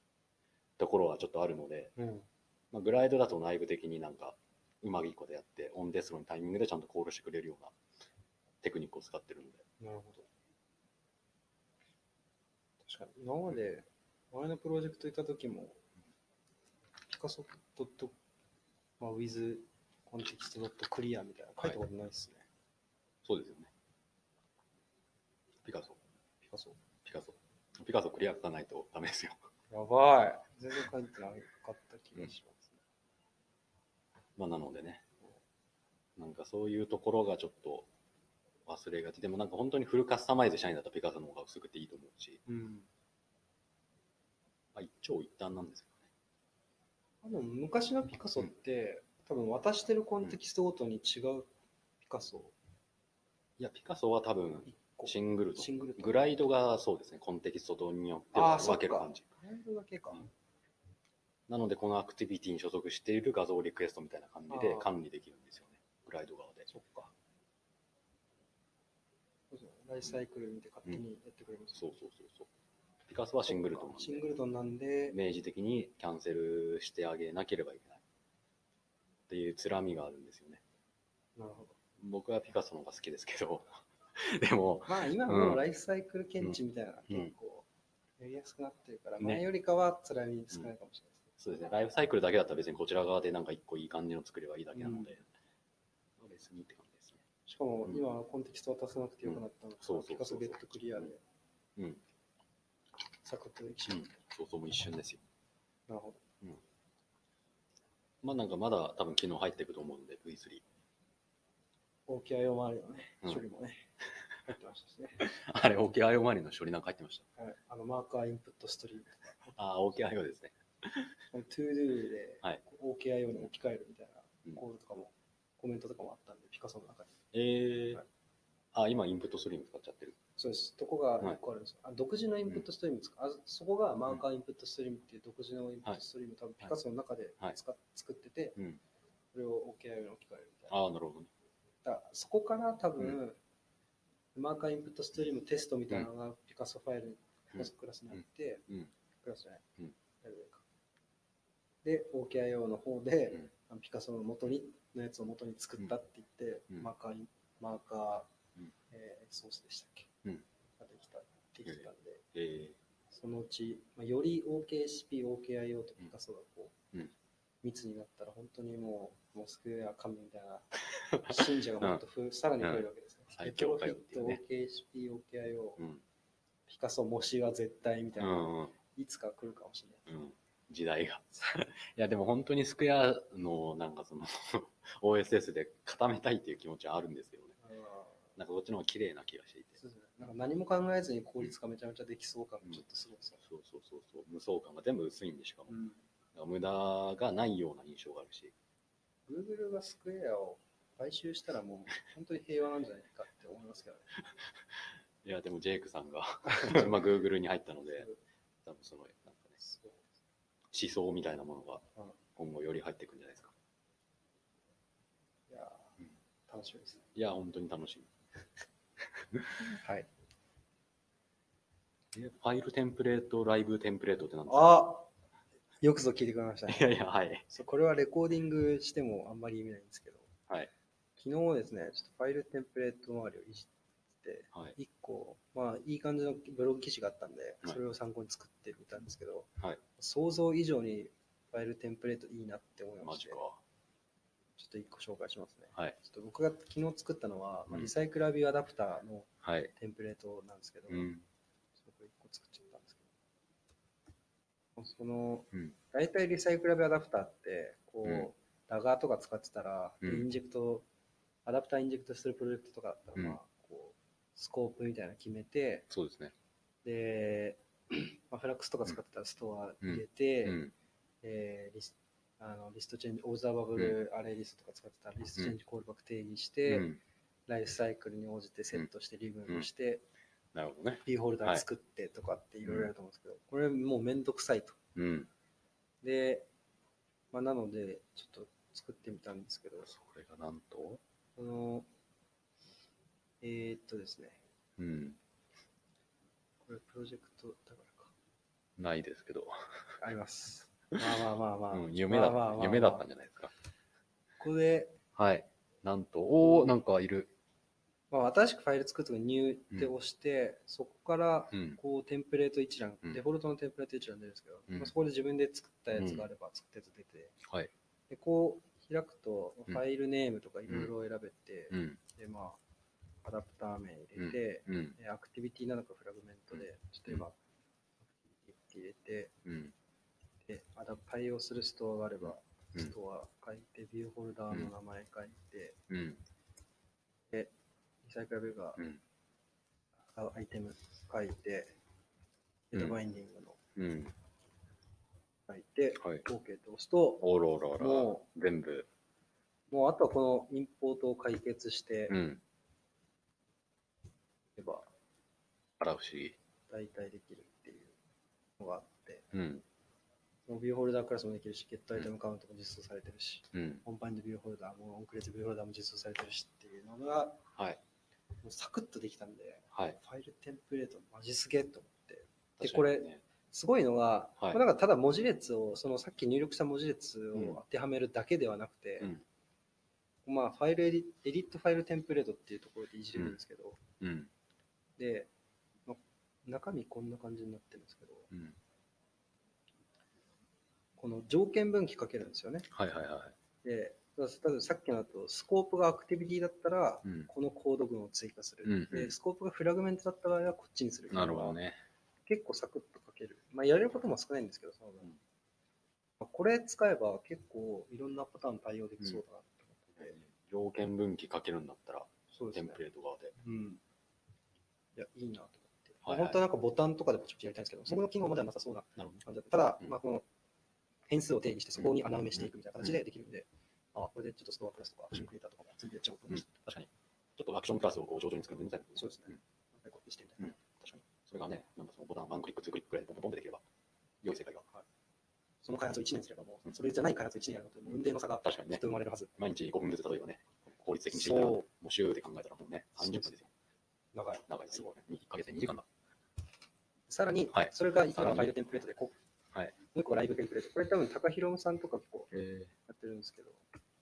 [SPEAKER 2] ところはちょっとあるので、
[SPEAKER 1] うん。
[SPEAKER 2] まあ、グライドだと内部的になんかうまく一個でやって、オンデスロのタイミングでちゃんとコールしてくれるようなテクニックを使ってるので。
[SPEAKER 1] なるほど。確かに、今まで前のプロジェクトいた時も、ピカソドット、まあ、with コンテキストドットクリアみたいな書いたことないですね、
[SPEAKER 2] そうですよね。ピカソ、
[SPEAKER 1] ピカソ。
[SPEAKER 2] ピカソ。ピカソクリア書かないとダメですよ。
[SPEAKER 1] やばい。全然書いてなかった気がしますね。
[SPEAKER 2] まあなのでね、なんかそういうところがちょっと忘れがち。でもなんか本当にフルカスタマイズしたいんだったらペガサの方が薄くていいと思うし、
[SPEAKER 1] うん。
[SPEAKER 2] まあ、一長一短なんです
[SPEAKER 1] あの昔のピカソって、多分渡してるコンテキストごとに違うピカソ
[SPEAKER 2] けどね。いや、ピカソは多分
[SPEAKER 1] 一個。
[SPEAKER 2] シングルと
[SPEAKER 1] シングルトン
[SPEAKER 2] グライドがそうですね、コンテキストによって
[SPEAKER 1] ああ、そ
[SPEAKER 2] 分
[SPEAKER 1] う
[SPEAKER 2] ける感じ。
[SPEAKER 1] グライドだけか。
[SPEAKER 2] なので、このアクティビティに所属している画像リクエストみたいな感じで
[SPEAKER 1] ああ
[SPEAKER 2] 管理できるんですよね。グライド側で。
[SPEAKER 1] そっか。そうそうライサイクル見て勝手にやってくれます。
[SPEAKER 2] そうそうそうそう。ピカソはシングルトンなん
[SPEAKER 1] シン
[SPEAKER 2] で
[SPEAKER 1] グルトンなんで、
[SPEAKER 2] 明示的にキャンセルしてあげなければいけない。っていうつらみがあるんですよね。
[SPEAKER 1] なるほど。
[SPEAKER 2] 僕はピカソの方が好きですけど、 *laughs* でも、
[SPEAKER 1] まあ今
[SPEAKER 2] う
[SPEAKER 1] の
[SPEAKER 2] ん
[SPEAKER 1] ライフサイクル検知みたいなのが
[SPEAKER 2] うん
[SPEAKER 1] 結構やりやすくなってるから、
[SPEAKER 2] ね
[SPEAKER 1] 前よりかは辛み少ないかもし
[SPEAKER 2] そうですね、ライフサイクルだけだったら別にこちら側でなんか一個いい感じの作ればいいだけなので、まあ別にって感じですね。
[SPEAKER 1] れないです。しかも今はコンテキスト渡さなくてよくなったの
[SPEAKER 2] そうそう
[SPEAKER 1] と、
[SPEAKER 2] そう
[SPEAKER 1] ピカソベッドクリアで
[SPEAKER 2] うん、
[SPEAKER 1] サクッとできち
[SPEAKER 2] う
[SPEAKER 1] ゃう。
[SPEAKER 2] ん、そうそうもう一瞬ですよ。
[SPEAKER 1] なるほど。
[SPEAKER 2] まあなんかまだ多分機能入っていくと思うので、V3。
[SPEAKER 1] 大きい用もあるよね、
[SPEAKER 2] うん
[SPEAKER 1] 処理もね。入ってましたしね。
[SPEAKER 2] *laughs* あれ、OKIO 周りの処理なんか入ってまし
[SPEAKER 1] はい、あのマーカーインプットストリーム。
[SPEAKER 2] た。ああ、OKIO ですね。
[SPEAKER 1] トゥードゥで
[SPEAKER 2] はい
[SPEAKER 1] OKIO に置き換えるみたい
[SPEAKER 2] うん
[SPEAKER 1] なコールとかも、コメントとかもあったんで、ピカソの中に。
[SPEAKER 2] えー
[SPEAKER 1] はい
[SPEAKER 2] あ、今インプットストリーム使っちゃってる。
[SPEAKER 1] そうです。とこが一個あるんですよ。あ独自のインプットストリーム使う、あそこがマーカーインプットストリームっていう独自のインプットストリーム、多分ピカソの中で
[SPEAKER 2] はい
[SPEAKER 1] 使っ作ってて、
[SPEAKER 2] うん。
[SPEAKER 1] それを OKIO に置き換えるみたいな。
[SPEAKER 2] ああ、なるほどね。
[SPEAKER 1] だからそこから多分、マーカーインプットストリームテストみたいなのがピカソファイルに、ピカソクラスに入って、
[SPEAKER 2] うん。
[SPEAKER 1] クラスじゃない、
[SPEAKER 2] うん
[SPEAKER 1] やるかで、OKIO の方で、
[SPEAKER 2] うん
[SPEAKER 1] あのピカソの元にのやつを元に作ったって言って、
[SPEAKER 2] うん
[SPEAKER 1] マーカーインマーカー、
[SPEAKER 2] うん
[SPEAKER 1] えーソースでしたっけ、
[SPEAKER 2] うん
[SPEAKER 1] ができたできたんで、
[SPEAKER 2] え
[SPEAKER 1] そのうち、まあ、より OKCP、OKIO とピカソがこう、
[SPEAKER 2] うん
[SPEAKER 1] 密になったら、本当にもう、モスクや神みたいな信者がも
[SPEAKER 2] *laughs*
[SPEAKER 1] っとふ、さらに増えるわけですね。
[SPEAKER 2] うん
[SPEAKER 1] レトロフィ
[SPEAKER 2] 最強会っていうね
[SPEAKER 1] ット、OKCP、OKIO、
[SPEAKER 2] ーうん。
[SPEAKER 1] ピカソ、模試は絶対みたいうな、
[SPEAKER 2] んうん。
[SPEAKER 1] いつか来るかもしれない。
[SPEAKER 2] うん時代が。 *laughs* いや、でも本当にスクエアの、なんかその、OSS で固めたいっていう気持ちはあるんですよね。なんかこっちの方が綺麗な気がしていて。
[SPEAKER 1] そうですねなんか何も考えずに効率がめちゃめちゃできそう感がちょっとすごいですよね。
[SPEAKER 2] そうそうそうそう。無双感が全部薄いんでしかも。
[SPEAKER 1] うん
[SPEAKER 2] だから無駄がないような印象があるし。
[SPEAKER 1] Google がスクエアを買収したらもう本当に平和なんじゃないかって思いますけどね。
[SPEAKER 2] いや、でもジェイクさん *laughs* が今 Google に入ったので、多分その、なんかね、
[SPEAKER 1] そう
[SPEAKER 2] 思想みたいなものが
[SPEAKER 1] うん
[SPEAKER 2] 今後より入っていくんじゃないですか。
[SPEAKER 1] いや
[SPEAKER 2] う
[SPEAKER 1] ー
[SPEAKER 2] ん
[SPEAKER 1] 楽しみですね。
[SPEAKER 2] いや、本当に楽し
[SPEAKER 1] はい。
[SPEAKER 2] み。えファイルテンプレート、ライブテンプレートって何ですか
[SPEAKER 1] あよくぞ聞いてくれましたね。
[SPEAKER 2] いやいや、はい。
[SPEAKER 1] そうこれはレコーディングしてもあんまり意味ないんですけど、
[SPEAKER 2] はい
[SPEAKER 1] 昨日ですね、ちょっとファイルテンプレート周りをいじって、
[SPEAKER 2] はい。
[SPEAKER 1] 一個、まあ、いい感じのブログ記事があったんで、
[SPEAKER 2] はい
[SPEAKER 1] それを参考に作ってみたんですけど、
[SPEAKER 2] はい
[SPEAKER 1] 想像以上にファイルテンプレートいいなって思いま
[SPEAKER 2] マ
[SPEAKER 1] し
[SPEAKER 2] ジ
[SPEAKER 1] て、
[SPEAKER 2] か
[SPEAKER 1] ちょ。っと一個紹介しますね。
[SPEAKER 2] はい。
[SPEAKER 1] ちょっと僕が昨日作ったのは、ま
[SPEAKER 2] う
[SPEAKER 1] あ
[SPEAKER 2] ん
[SPEAKER 1] リサイクラビューアダプターの
[SPEAKER 2] はい。
[SPEAKER 1] テンプレートなんですけど、
[SPEAKER 2] うん。
[SPEAKER 1] ちょっとこれ一個作っちゃったんですけど、その
[SPEAKER 2] うん、
[SPEAKER 1] 大体リサイクラビューアダプターって、こう、
[SPEAKER 2] うん
[SPEAKER 1] ラガーとか使ってたら、
[SPEAKER 2] うん
[SPEAKER 1] インジェクト、アダプターインジェクトするプロジェクトとかだったら、まあ、こう、スコープみたいなの決めて、
[SPEAKER 2] そうですね。
[SPEAKER 1] で、 *clears throat* まあ、フラックスとか使ってたらストア入れて、
[SPEAKER 2] うん。
[SPEAKER 1] えーリスあのリストチェンジ、オブザーバブルアレイリストとか使ってたらリストチェンジコールバック定義して、
[SPEAKER 2] うん
[SPEAKER 1] ライフサイクルに応じてセットしてリブームして、
[SPEAKER 2] なるほどね。
[SPEAKER 1] B ホルダー作ってとかっていろいろやると思うんですけど、これもうめんどくさいと。
[SPEAKER 2] うん。
[SPEAKER 1] で、まあ、なので、ちょっと作ってみたんですけど、
[SPEAKER 2] それがなんと
[SPEAKER 1] この、えー、っとですね、
[SPEAKER 2] うん。
[SPEAKER 1] これプロジェクトだからか。
[SPEAKER 2] ないですけど。
[SPEAKER 1] あり
[SPEAKER 2] *laughs*
[SPEAKER 1] ます。まあまあまあまあ。
[SPEAKER 2] うん、夢だっ
[SPEAKER 1] まあまあまあ
[SPEAKER 2] た。
[SPEAKER 1] まあ
[SPEAKER 2] 夢だったんじゃないですか。
[SPEAKER 1] ここで、
[SPEAKER 2] はい。なんと、おおなんかいる。
[SPEAKER 1] まあ、新しくファイル作るときにニューって押して、そこから
[SPEAKER 2] うん。
[SPEAKER 1] こうテンプレート一覧、
[SPEAKER 2] うん
[SPEAKER 1] デフォルトのテンプレート一覧出るんですけど、
[SPEAKER 2] うん
[SPEAKER 1] まあ、そこで自分で作ったやつがあれば作ったやつ出て、
[SPEAKER 2] はい。
[SPEAKER 1] でこう開くと
[SPEAKER 2] うん
[SPEAKER 1] ファイルネームとかいろいろ選べて、
[SPEAKER 2] うん。
[SPEAKER 1] でまあアダプター名入れて、
[SPEAKER 2] うん。
[SPEAKER 1] でアクティビティなのかフラグメントで、例えばアクティビティ入れて
[SPEAKER 2] うん。
[SPEAKER 1] でアダ対応するストアがあればストア書いて、ビューホルダーの名前書いて、
[SPEAKER 2] うん。
[SPEAKER 1] で、リサイクルベが
[SPEAKER 2] うん。
[SPEAKER 1] 買うアイテム書いて、
[SPEAKER 2] う
[SPEAKER 1] ヘ
[SPEAKER 2] ん
[SPEAKER 1] ッドバインディングの
[SPEAKER 2] うん。
[SPEAKER 1] 書いて、
[SPEAKER 2] はい。
[SPEAKER 1] OK って押すと、
[SPEAKER 2] おろおろおろ
[SPEAKER 1] も。
[SPEAKER 2] 全部。
[SPEAKER 1] もうあとはこのインポートを解決して
[SPEAKER 2] うん。
[SPEAKER 1] いけば、
[SPEAKER 2] あら不思議。
[SPEAKER 1] 代替できるっていうのがあって、
[SPEAKER 2] うん。
[SPEAKER 1] そのビューホルダークラスもできるし、ゲットアイテムカウントも実装されてるし、
[SPEAKER 2] うん。
[SPEAKER 1] オンパインドビューホルダーも、オンクレジビューホルダーも実装されてるしっていうのが、
[SPEAKER 2] はい。
[SPEAKER 1] もうサクッとできたんで、
[SPEAKER 2] はい。
[SPEAKER 1] ファイルテンプレートマジすげえと思って。で
[SPEAKER 2] 確かにね
[SPEAKER 1] こすごいのが、
[SPEAKER 2] はい
[SPEAKER 1] これなんかただ文字列を、そのさっき入力した文字列
[SPEAKER 2] うん
[SPEAKER 1] を当てはめるだけではなくて、
[SPEAKER 2] うん
[SPEAKER 1] まあファイルエディエディットファイルテンプレートっていうところでいじれるんですけど、
[SPEAKER 2] うん。
[SPEAKER 1] で、まあ中身こんな感じになってるんですけど、
[SPEAKER 2] うん。
[SPEAKER 1] この条件分岐かけるんですよね。
[SPEAKER 2] はいはいは
[SPEAKER 1] で、例えばさっきのだと、スコープがアクティビティだったら、
[SPEAKER 2] い。うん。
[SPEAKER 1] このコード群を追加する。
[SPEAKER 2] うんう
[SPEAKER 1] で、スコープがフラグメントだった場合はこっちにする。
[SPEAKER 2] ん。なるほどね。
[SPEAKER 1] 結構サクッと書ける。まあ、やれることも少ないんですけど、その分
[SPEAKER 2] うん
[SPEAKER 1] まあこれ使えば結構いろんなパターン対応できそうだなって思って、
[SPEAKER 2] 条件分岐かけるんだったら、
[SPEAKER 1] そう
[SPEAKER 2] テ
[SPEAKER 1] です
[SPEAKER 2] ン
[SPEAKER 1] ね。
[SPEAKER 2] プレート側で。
[SPEAKER 1] うん。いや、いいなと思って。
[SPEAKER 2] はいはい
[SPEAKER 1] まあ本当はなんかボタンとかでもちょっとやりたいんですけど、そこの機能まではなさそうな
[SPEAKER 2] なるほ
[SPEAKER 1] 感じだった。ただ、
[SPEAKER 2] うん
[SPEAKER 1] まあ、この変数を定義してそこに穴埋めしていくみたいな形でできるんで、あこれでちょっとストアプラスとかアクションクリエイターとかも全部やっちゃおうと思いました。
[SPEAKER 2] 確かに。ちょっとアクションクラスをこう上手に作るみたいな。
[SPEAKER 1] そうですね
[SPEAKER 2] ん。
[SPEAKER 1] なんかコピーしてみたいな。
[SPEAKER 2] 確かに。それがね、なんかそのボタンワンクリック、ツークリックぐらいでポンポンポンできれば、良い世界が。
[SPEAKER 1] その開発を1年すればもう、それじゃない開発を1年やると、運命の差が
[SPEAKER 2] 確かに
[SPEAKER 1] きっ
[SPEAKER 2] ね
[SPEAKER 1] と。生まれるはず。
[SPEAKER 2] 毎日5分ずつ例えばね、効率的にしていったら、
[SPEAKER 1] そう
[SPEAKER 2] もう週で考えたらもうね、30分ですよ。
[SPEAKER 1] 長い。
[SPEAKER 2] 長いです
[SPEAKER 1] すご
[SPEAKER 2] よ
[SPEAKER 1] い。。
[SPEAKER 2] 1ヶ月で2時間だ。
[SPEAKER 1] さらに
[SPEAKER 2] はい、
[SPEAKER 1] それがいくらファイルテンプレートでこう、
[SPEAKER 2] はい
[SPEAKER 1] もう一個ライブテンプレート。これ多分、高弘さんとか結構
[SPEAKER 2] え
[SPEAKER 1] やってるんですけど、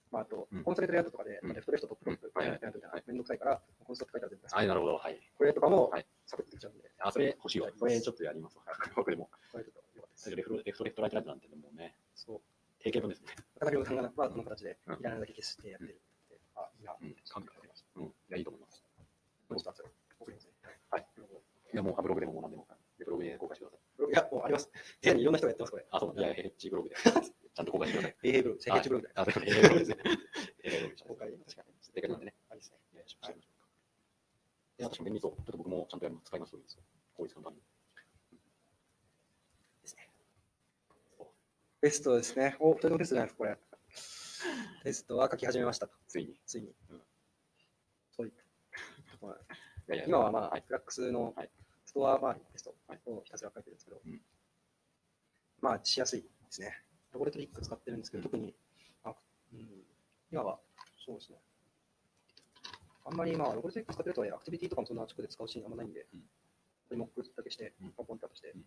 [SPEAKER 1] まあ、あと
[SPEAKER 2] うん、
[SPEAKER 1] コンソメントレイアウトとかで、
[SPEAKER 2] うん
[SPEAKER 1] レフトレフトトップロップ、
[SPEAKER 2] うん
[SPEAKER 1] ラインレイアウトみたい
[SPEAKER 2] は
[SPEAKER 1] ないめんどくさいから、コンソメント書いたら絶対
[SPEAKER 2] はい、なる
[SPEAKER 1] ほ
[SPEAKER 2] ほど。はい。
[SPEAKER 1] ど。これとかも
[SPEAKER 2] はい、
[SPEAKER 1] サクッとできちゃうんで、
[SPEAKER 2] あ、それ欲しいわ。これちょっとやります *laughs* わ。僕でも。
[SPEAKER 1] これちょっとよかったです。
[SPEAKER 2] レフト、レフト、レフトライトライトなんてもうね、
[SPEAKER 1] そう。
[SPEAKER 2] 定型文ですね。
[SPEAKER 1] 高弘さんが、まあ、この形で
[SPEAKER 2] うん、
[SPEAKER 1] いらないだけ消してやってるって。あ、いいな。
[SPEAKER 2] うん完璧ですうん。いや、いいと思います。
[SPEAKER 1] どうしたんですよ。送りますね
[SPEAKER 2] はい。いや、もうブログでも何でも。ブログで公開してください。
[SPEAKER 1] いや、もうあります。部屋にいろんな人がやってます、これ。
[SPEAKER 2] あ、そう、いや、ヘッジブログで。ちゃんと公開してください。 *laughs*
[SPEAKER 1] 衛兵ブログ、世界一ブログで。
[SPEAKER 2] あ、だ *laughs* から、ブログですね。
[SPEAKER 1] 公開、確
[SPEAKER 2] 確
[SPEAKER 1] か
[SPEAKER 2] かに。
[SPEAKER 1] に。
[SPEAKER 2] 正解なんでね。
[SPEAKER 1] ありですね。
[SPEAKER 2] はい。いや、確かに便利そう。ちょっと僕もちゃんとやります。使います。そういうの効率のために。
[SPEAKER 1] ですね
[SPEAKER 2] そう。
[SPEAKER 1] ベストですね。お、とてもベストじゃないですか、これ。テストは書き始めましたと、
[SPEAKER 2] ついに。い
[SPEAKER 1] ついに。
[SPEAKER 2] うん
[SPEAKER 1] そういまあ
[SPEAKER 2] やいや
[SPEAKER 1] 今はまあ、
[SPEAKER 2] はい。
[SPEAKER 1] フラックスの
[SPEAKER 2] はい
[SPEAKER 1] ストア周りのテスト
[SPEAKER 2] はい
[SPEAKER 1] をひたすら書いてるんですけど、
[SPEAKER 2] うん
[SPEAKER 1] まあ、しやすいですね。ロゴレトリック使ってるんですけど、
[SPEAKER 2] うん
[SPEAKER 1] 特に、あうん、今は、そうですね。あんまり今、ロゴレトリック使ってるとはいえ、アクティビティとかもそんな直で使うシーンあんまないんで、
[SPEAKER 2] うん
[SPEAKER 1] でモックだけして
[SPEAKER 2] うん、
[SPEAKER 1] ポンポンってアップして、
[SPEAKER 2] うん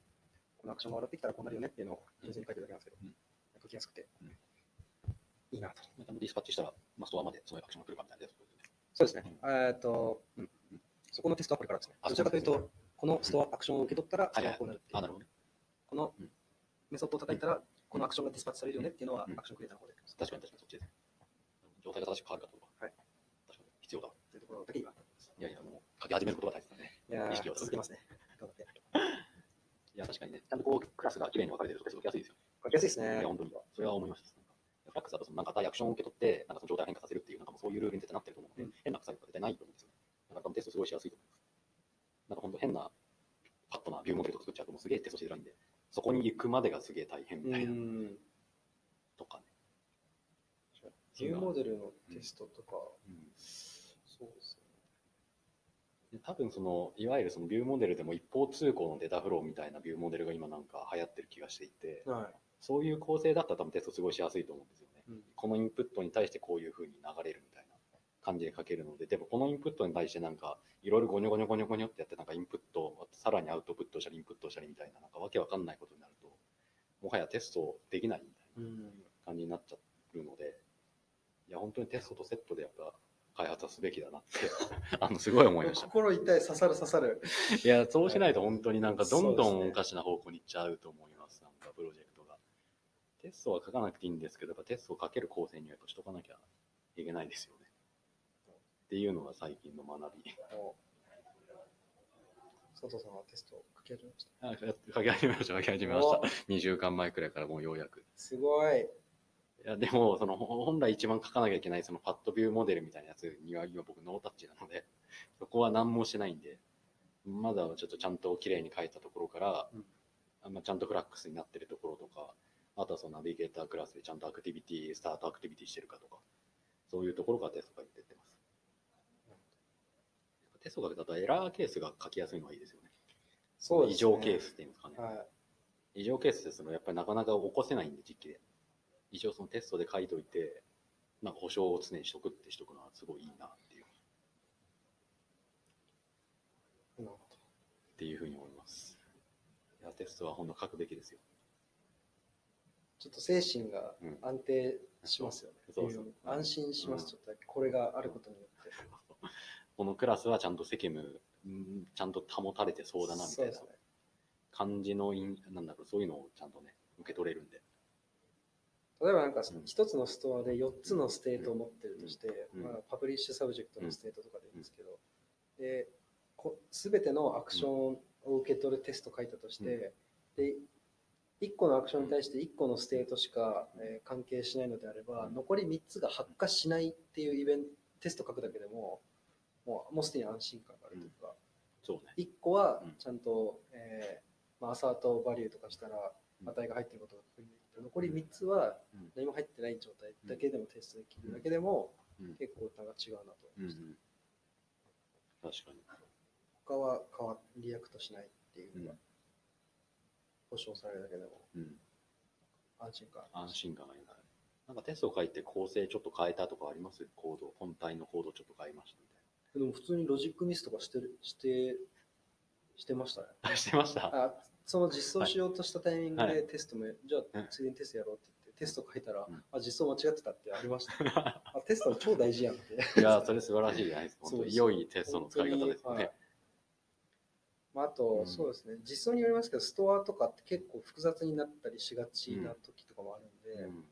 [SPEAKER 1] このアクションが上がってきたらこうなるよねっていうのを純粋に書いてるだけなんですけど、
[SPEAKER 2] うん
[SPEAKER 1] 書きやすくて、
[SPEAKER 2] うん
[SPEAKER 1] いいなと。
[SPEAKER 2] ちゃんとディスパッチしたら、まあ、ストアまでそういうアクションが来るかみたいなやつ。
[SPEAKER 1] そうですね。えっと、うんそこのテストはこれからですね。
[SPEAKER 2] あ
[SPEAKER 1] どちらかという
[SPEAKER 2] そう
[SPEAKER 1] と、このストアアクションを受け取ったら、
[SPEAKER 2] はいはい
[SPEAKER 1] こうなるっていう
[SPEAKER 2] あ、なるほどね。
[SPEAKER 1] この
[SPEAKER 2] うん
[SPEAKER 1] メソッドを叩いたら、このアクションがディスパッチされるよねっていうのは
[SPEAKER 2] う、ん
[SPEAKER 1] アクションクリエイターの方でやってます。
[SPEAKER 2] 確かに確かにそっちですね。状態が正しく変わるかどうか。
[SPEAKER 1] はい。
[SPEAKER 2] 確かに必要だ。
[SPEAKER 1] というところだけ今、
[SPEAKER 2] いやいや、もう書き始めることが大事だね。
[SPEAKER 1] いや
[SPEAKER 2] 意識を
[SPEAKER 1] ー
[SPEAKER 2] 出す
[SPEAKER 1] 続けますね。頑張って。
[SPEAKER 2] いや、確かにね、ちゃんとこう、クラスが綺麗に分かれてると、すごく安いですよ。
[SPEAKER 1] 書きやすいです
[SPEAKER 2] い
[SPEAKER 1] ね
[SPEAKER 2] や、。本当に。それは思いました。なんかフラックスだとその、なんか、対アクションを受け取って、なんかその状態を変化させるっていう、なんかもうそういうルールに絶対なってると思うので、変なアクサイトが絶対ないと思うんですよ。だから、多分テストすごいしやすいと思います。なんか、本当変な、パッとなビューモデルとか作っちゃうと、もうすげえテストしづらいんで、そこに行くまでがすげえ大変みたいな、
[SPEAKER 1] ん。
[SPEAKER 2] とかね。
[SPEAKER 1] ビューモデルのテストとか、
[SPEAKER 2] うん
[SPEAKER 1] そうですね。
[SPEAKER 2] で多分そのいわゆるそのビューモデルでも一方通行のデータフローみたいなビューモデルが今なんか流行ってる気がしていて
[SPEAKER 1] は
[SPEAKER 2] そういう構成だったら多分テストすごいしやすいと思うんですよね
[SPEAKER 1] い。うん
[SPEAKER 2] このインプットに対してこういう風に流れるみたいな感じで書けるのででもこのインプットに対してなんかいろいろゴニョゴニョゴニョゴニョってやってなんかインプットさらにアウトプットしたりインプットしたりみたいななんかわけわかんないことになるともはやテストできないみたいな
[SPEAKER 1] うん。
[SPEAKER 2] 感じになっちゃうので、いや、本当にテストとセットでやっぱ開発はすべきだなって、 *laughs* あの、すごい思いました。
[SPEAKER 1] 心痛い、刺さる刺さる。
[SPEAKER 2] いや、そうしないと本当になんかどんど
[SPEAKER 1] そうです
[SPEAKER 2] ん
[SPEAKER 1] ね
[SPEAKER 2] おかしな方向に行っちゃうと思います、なんかプロジェクトが。テストは書かなくていいんですけど、やっぱテストを書ける構成にはやっぱしとかなきゃいけないですよね。っていうのが最近の学び。 *laughs*
[SPEAKER 1] 佐藤さんはテストを書き始めました。
[SPEAKER 2] あ書き始めました、書き始めました。2週間前くらいからもうようやく。
[SPEAKER 1] すごい。
[SPEAKER 2] いいやでも、その本来一番書かなきゃいけないそのパッドビューモデルみたいなやつには今僕ノータッチなので、 *laughs* そこは何もしてないんで、まだちょっとちゃんと綺麗に書いたところから、
[SPEAKER 1] うん
[SPEAKER 2] あんまちゃんとフラックスになってるところとか、あとはそのナビゲータークラスでちゃんとアクティビティ、スタートアクティビティしてるかとか、そういうところからテストがってってます。テストがだとエラーケースが書きやすいのはいいですよね。
[SPEAKER 1] そう
[SPEAKER 2] 異常ケースっ
[SPEAKER 1] で
[SPEAKER 2] ていうんですかね
[SPEAKER 1] す。ね。はい。
[SPEAKER 2] 異常ケースですのやっぱりなかなか起こせないんで、実機で。一応そのテストで書いといて、なんか保証を常にしとくってしとくのはすごいいいなっていう、
[SPEAKER 1] なるほど
[SPEAKER 2] っていうふうに思います。いや、テストはほんと書くべきですよ。
[SPEAKER 1] ちょっと精神が
[SPEAKER 2] うん。
[SPEAKER 1] 安定しますよね。
[SPEAKER 2] そうそう
[SPEAKER 1] うん安心します、
[SPEAKER 2] うん
[SPEAKER 1] ちょっとだけ。これがあることによって。
[SPEAKER 2] このクラスはちゃんと責務、うんちゃんと保たれてそうだなみたいな
[SPEAKER 1] そうですね
[SPEAKER 2] 感じのイン、なんだろう、そういうのをちゃんとね、受け取れるんで。
[SPEAKER 1] 例えばなんか
[SPEAKER 2] うん
[SPEAKER 1] 一つのストアで4つのステートを持ってるとして、
[SPEAKER 2] うん
[SPEAKER 1] まあ、パブリッシュサブジェクトのステートとかでいいんですけど、でこ全てのアクションを受け取るテスト書いたとして、で1個のアクションに対して1個のステートしか、
[SPEAKER 2] うん
[SPEAKER 1] えー関係しないのであれば、
[SPEAKER 2] うん
[SPEAKER 1] 残り3つが発火しないっていうイベントテスト書くだけでももうもうすでに安心感があるというか、
[SPEAKER 2] そうね。
[SPEAKER 1] 1個は
[SPEAKER 2] うん
[SPEAKER 1] ちゃんと、えーまあ、アサートバリューとかしたら
[SPEAKER 2] うん
[SPEAKER 1] 値が入ってることが確認できて残り3つは
[SPEAKER 2] うん
[SPEAKER 1] 何も入ってない状態だけでもテストできるだけでも
[SPEAKER 2] うん
[SPEAKER 1] 結構なんか違うなと
[SPEAKER 2] うん
[SPEAKER 1] 思
[SPEAKER 2] う
[SPEAKER 1] いました、
[SPEAKER 2] ん。確かに。
[SPEAKER 1] 他は変わリアクトしないっていううのが
[SPEAKER 2] ん
[SPEAKER 1] 保証されるだけでも
[SPEAKER 2] うん。
[SPEAKER 1] 安心感
[SPEAKER 2] 安心感が得られる。なんかテストを書いて構成ちょっと変えたとかありますコード、本体のコードちょっと変えましたみたい
[SPEAKER 1] でも普通にロジックミスとかしてるしてしてましたね
[SPEAKER 2] な。 *laughs* してました
[SPEAKER 1] あその実装しようとしたタイミング
[SPEAKER 2] は
[SPEAKER 1] でテストも、じゃあ
[SPEAKER 2] うん
[SPEAKER 1] ついでにテストやろうって言ってテスト書いたら、
[SPEAKER 2] うん
[SPEAKER 1] あ実装間違ってたってありましたあテスト超大事やんって
[SPEAKER 2] いやー、それ素晴らしいじゃないですか。
[SPEAKER 1] そ
[SPEAKER 2] 本
[SPEAKER 1] う
[SPEAKER 2] 当
[SPEAKER 1] です
[SPEAKER 2] 良いテストの使い方ですよ
[SPEAKER 1] 本当にはい
[SPEAKER 2] ね。
[SPEAKER 1] まあ、あと、
[SPEAKER 2] うん
[SPEAKER 1] そうですね、実装によりますけど、ストアとかって結構複雑になったりしがちな時とかもあるんで、
[SPEAKER 2] うん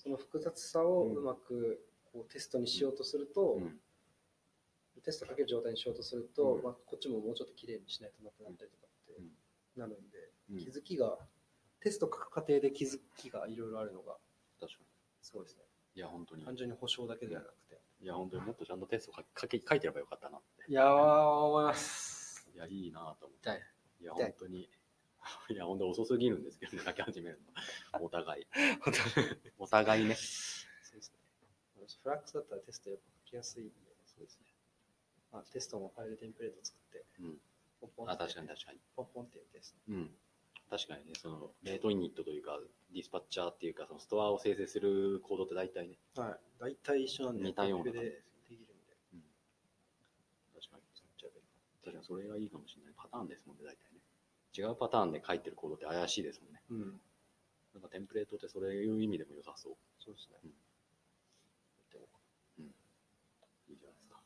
[SPEAKER 1] その複雑さを
[SPEAKER 2] うん
[SPEAKER 1] うまくこうテストにしようとすると、
[SPEAKER 2] うん
[SPEAKER 1] テストかける状態にしようとすると、
[SPEAKER 2] うん
[SPEAKER 1] まあ、こっちももうちょっと綺麗にしないとなってなったりとかって
[SPEAKER 2] うん
[SPEAKER 1] なるんで、
[SPEAKER 2] うん
[SPEAKER 1] 気づきが、テスト書く過程で気づきがいろいろあるのが、
[SPEAKER 2] 確か
[SPEAKER 1] すごいですね。
[SPEAKER 2] に。いや、本当に。
[SPEAKER 1] 単純に保証だけではなくて。
[SPEAKER 2] いや、本当にもっとちゃんとテスト書き書き書いてればよかったなって。
[SPEAKER 1] いやー、思います。
[SPEAKER 2] いや、いいなと思って。
[SPEAKER 1] 痛い。
[SPEAKER 2] いや、
[SPEAKER 1] 痛い
[SPEAKER 2] 本当に。 *laughs* いや、本当遅すぎるんですけどね、書き始めるの。お
[SPEAKER 1] *laughs*
[SPEAKER 2] 互い。お互いね。
[SPEAKER 1] そうですね。私、フラックスだったらテストやっぱ書きやすいんで、そうですね。まあ、テストもファイルテンプレート作って、
[SPEAKER 2] うん
[SPEAKER 1] ポンポンって
[SPEAKER 2] あ、確かに確かに。
[SPEAKER 1] ポンポンってやるテス
[SPEAKER 2] うん、確かにね、そのレートイニットというか、ディスパッチャーっていうか、そのストアを生成するコードって大体ね、
[SPEAKER 1] ト。はい。大体一緒なんで、
[SPEAKER 2] 似たような
[SPEAKER 1] テ
[SPEAKER 2] 感
[SPEAKER 1] ンプ
[SPEAKER 2] じ
[SPEAKER 1] レで
[SPEAKER 2] で
[SPEAKER 1] ですきるんで。
[SPEAKER 2] 確かに、確かにそれがいいかもしれない、パターンですもんね、大体ね。違うパターンで書いてるコードって怪しいですもんね。
[SPEAKER 1] うん。
[SPEAKER 2] なんかテンプレートってそういう意味でも良さそう。
[SPEAKER 1] そうですね。
[SPEAKER 2] うん
[SPEAKER 1] でも
[SPEAKER 2] いいじゃないですか。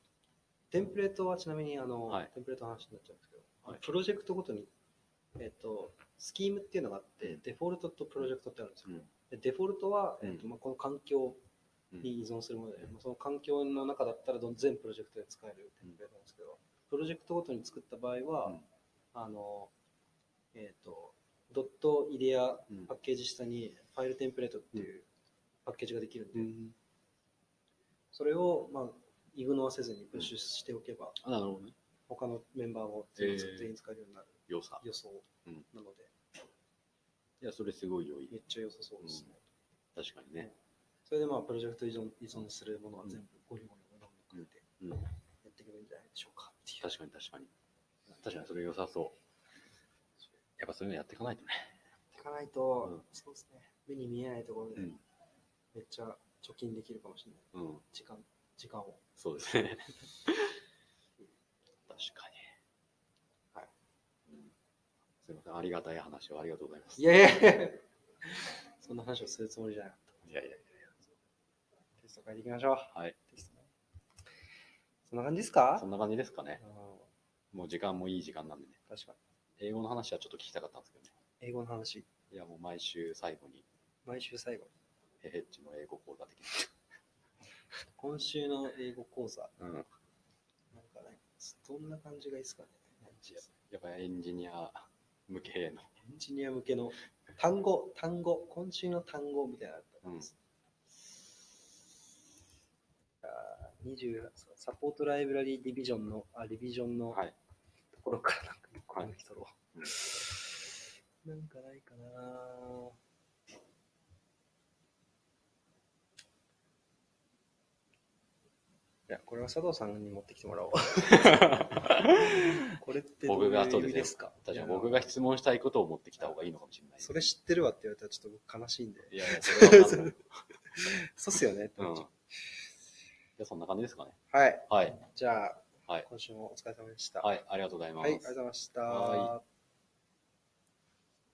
[SPEAKER 1] テンプレートはちなみに、あの、
[SPEAKER 2] はい
[SPEAKER 1] テンプレートの話になっちゃうんですけど、
[SPEAKER 2] はい
[SPEAKER 1] プロジェクトごとに、えっ、と、スキームっていうのがあって、
[SPEAKER 2] うん
[SPEAKER 1] デフォルトとプロジェクトってあるんですよ。
[SPEAKER 2] うん
[SPEAKER 1] でデフォルトは、えっと
[SPEAKER 2] うん
[SPEAKER 1] まあ、この環境
[SPEAKER 2] うん
[SPEAKER 1] に依存するもので、
[SPEAKER 2] うん
[SPEAKER 1] その環境の中だったらどん全プロジェクトで使えるテンプレートなんですけど、プロジェクトごとに作った場合は、
[SPEAKER 2] うん
[SPEAKER 1] あの、えっ、と、ドットイデア
[SPEAKER 2] うん
[SPEAKER 1] パッケージ下にファイルテンプレートっていうパッケージができるんで、それを、まあ、イグノアせずにプッシュしておけば、
[SPEAKER 2] あなるほどね。
[SPEAKER 1] 他のメンバーも全員使全員使えるようになる
[SPEAKER 2] 良さ。
[SPEAKER 1] 予想
[SPEAKER 2] うん
[SPEAKER 1] なので、
[SPEAKER 2] いや、それすごい良い。
[SPEAKER 1] めっちゃ良さそうですね。
[SPEAKER 2] 確かにね。
[SPEAKER 1] それでまあプロジェクト依存依存するものは全部ゴリゴリゴリゴリ書いて
[SPEAKER 2] うん、
[SPEAKER 1] やっていけばいいんじゃないでしょうかっていう。
[SPEAKER 2] 確かに確かに。確かにそれ良さそう。やっぱそういうのやっていかないとね。
[SPEAKER 1] 聞かないう
[SPEAKER 2] ん、
[SPEAKER 1] とそうですね。目に見えないところで
[SPEAKER 2] うん
[SPEAKER 1] めっちゃ貯金できるかもしれない。
[SPEAKER 2] うん。
[SPEAKER 1] 時間、時間を。
[SPEAKER 2] そうですね。確かに。
[SPEAKER 1] はい
[SPEAKER 2] うん。すみません、ありがたい話をありがとうございます。
[SPEAKER 1] いやいや *laughs* そんな話をするつもりじゃなかっ
[SPEAKER 2] いやいやいや
[SPEAKER 1] た。テスト書いていきましょう。
[SPEAKER 2] はい。
[SPEAKER 1] テストねそんな感じですか
[SPEAKER 2] そんな感じですかね。
[SPEAKER 1] うん
[SPEAKER 2] もう時間もいい時間なんでね。
[SPEAKER 1] 確か
[SPEAKER 2] 英語の話はちょっと聞きたかったんですけどね。
[SPEAKER 1] に。英語の話、
[SPEAKER 2] いや、もう毎週最後に、
[SPEAKER 1] 毎週最後。
[SPEAKER 2] ヘヘッチの英語講座的
[SPEAKER 1] 今週の英語講座。
[SPEAKER 2] な。うん。
[SPEAKER 1] なんかね、どんな感じがいいですかね。
[SPEAKER 2] やっぱりエンジニア向けの。
[SPEAKER 1] エンジニア向けの単語、単語、今週の単語みたいなのあったんです。 20サポートライブラリーディビジョンの、あ、ディビジョンの
[SPEAKER 2] はい。
[SPEAKER 1] ところからなんか一個
[SPEAKER 2] はい
[SPEAKER 1] 抜き取ろう。なんかないかなじゃこれは佐藤さんに持ってきても
[SPEAKER 2] *laughs*
[SPEAKER 1] らおう。これってどう
[SPEAKER 2] 僕
[SPEAKER 1] いう
[SPEAKER 2] が
[SPEAKER 1] 意
[SPEAKER 2] そう
[SPEAKER 1] 味
[SPEAKER 2] で
[SPEAKER 1] です
[SPEAKER 2] すね
[SPEAKER 1] か。
[SPEAKER 2] 確かに僕が質問したいことを持ってきた方がいいのかもしれない。
[SPEAKER 1] それ知ってるわって言われたらちょっと僕悲しいんで。
[SPEAKER 2] いやいや、それはわかんない。
[SPEAKER 1] そうっすよね。
[SPEAKER 2] *laughs* うん。じゃあそんな感じですかね。
[SPEAKER 1] はい。
[SPEAKER 2] はい。
[SPEAKER 1] じゃあ、
[SPEAKER 2] はい
[SPEAKER 1] 今週もお疲れ様でした。
[SPEAKER 2] はい、ありがとうございます。
[SPEAKER 1] はい、ありがとうございました。
[SPEAKER 2] は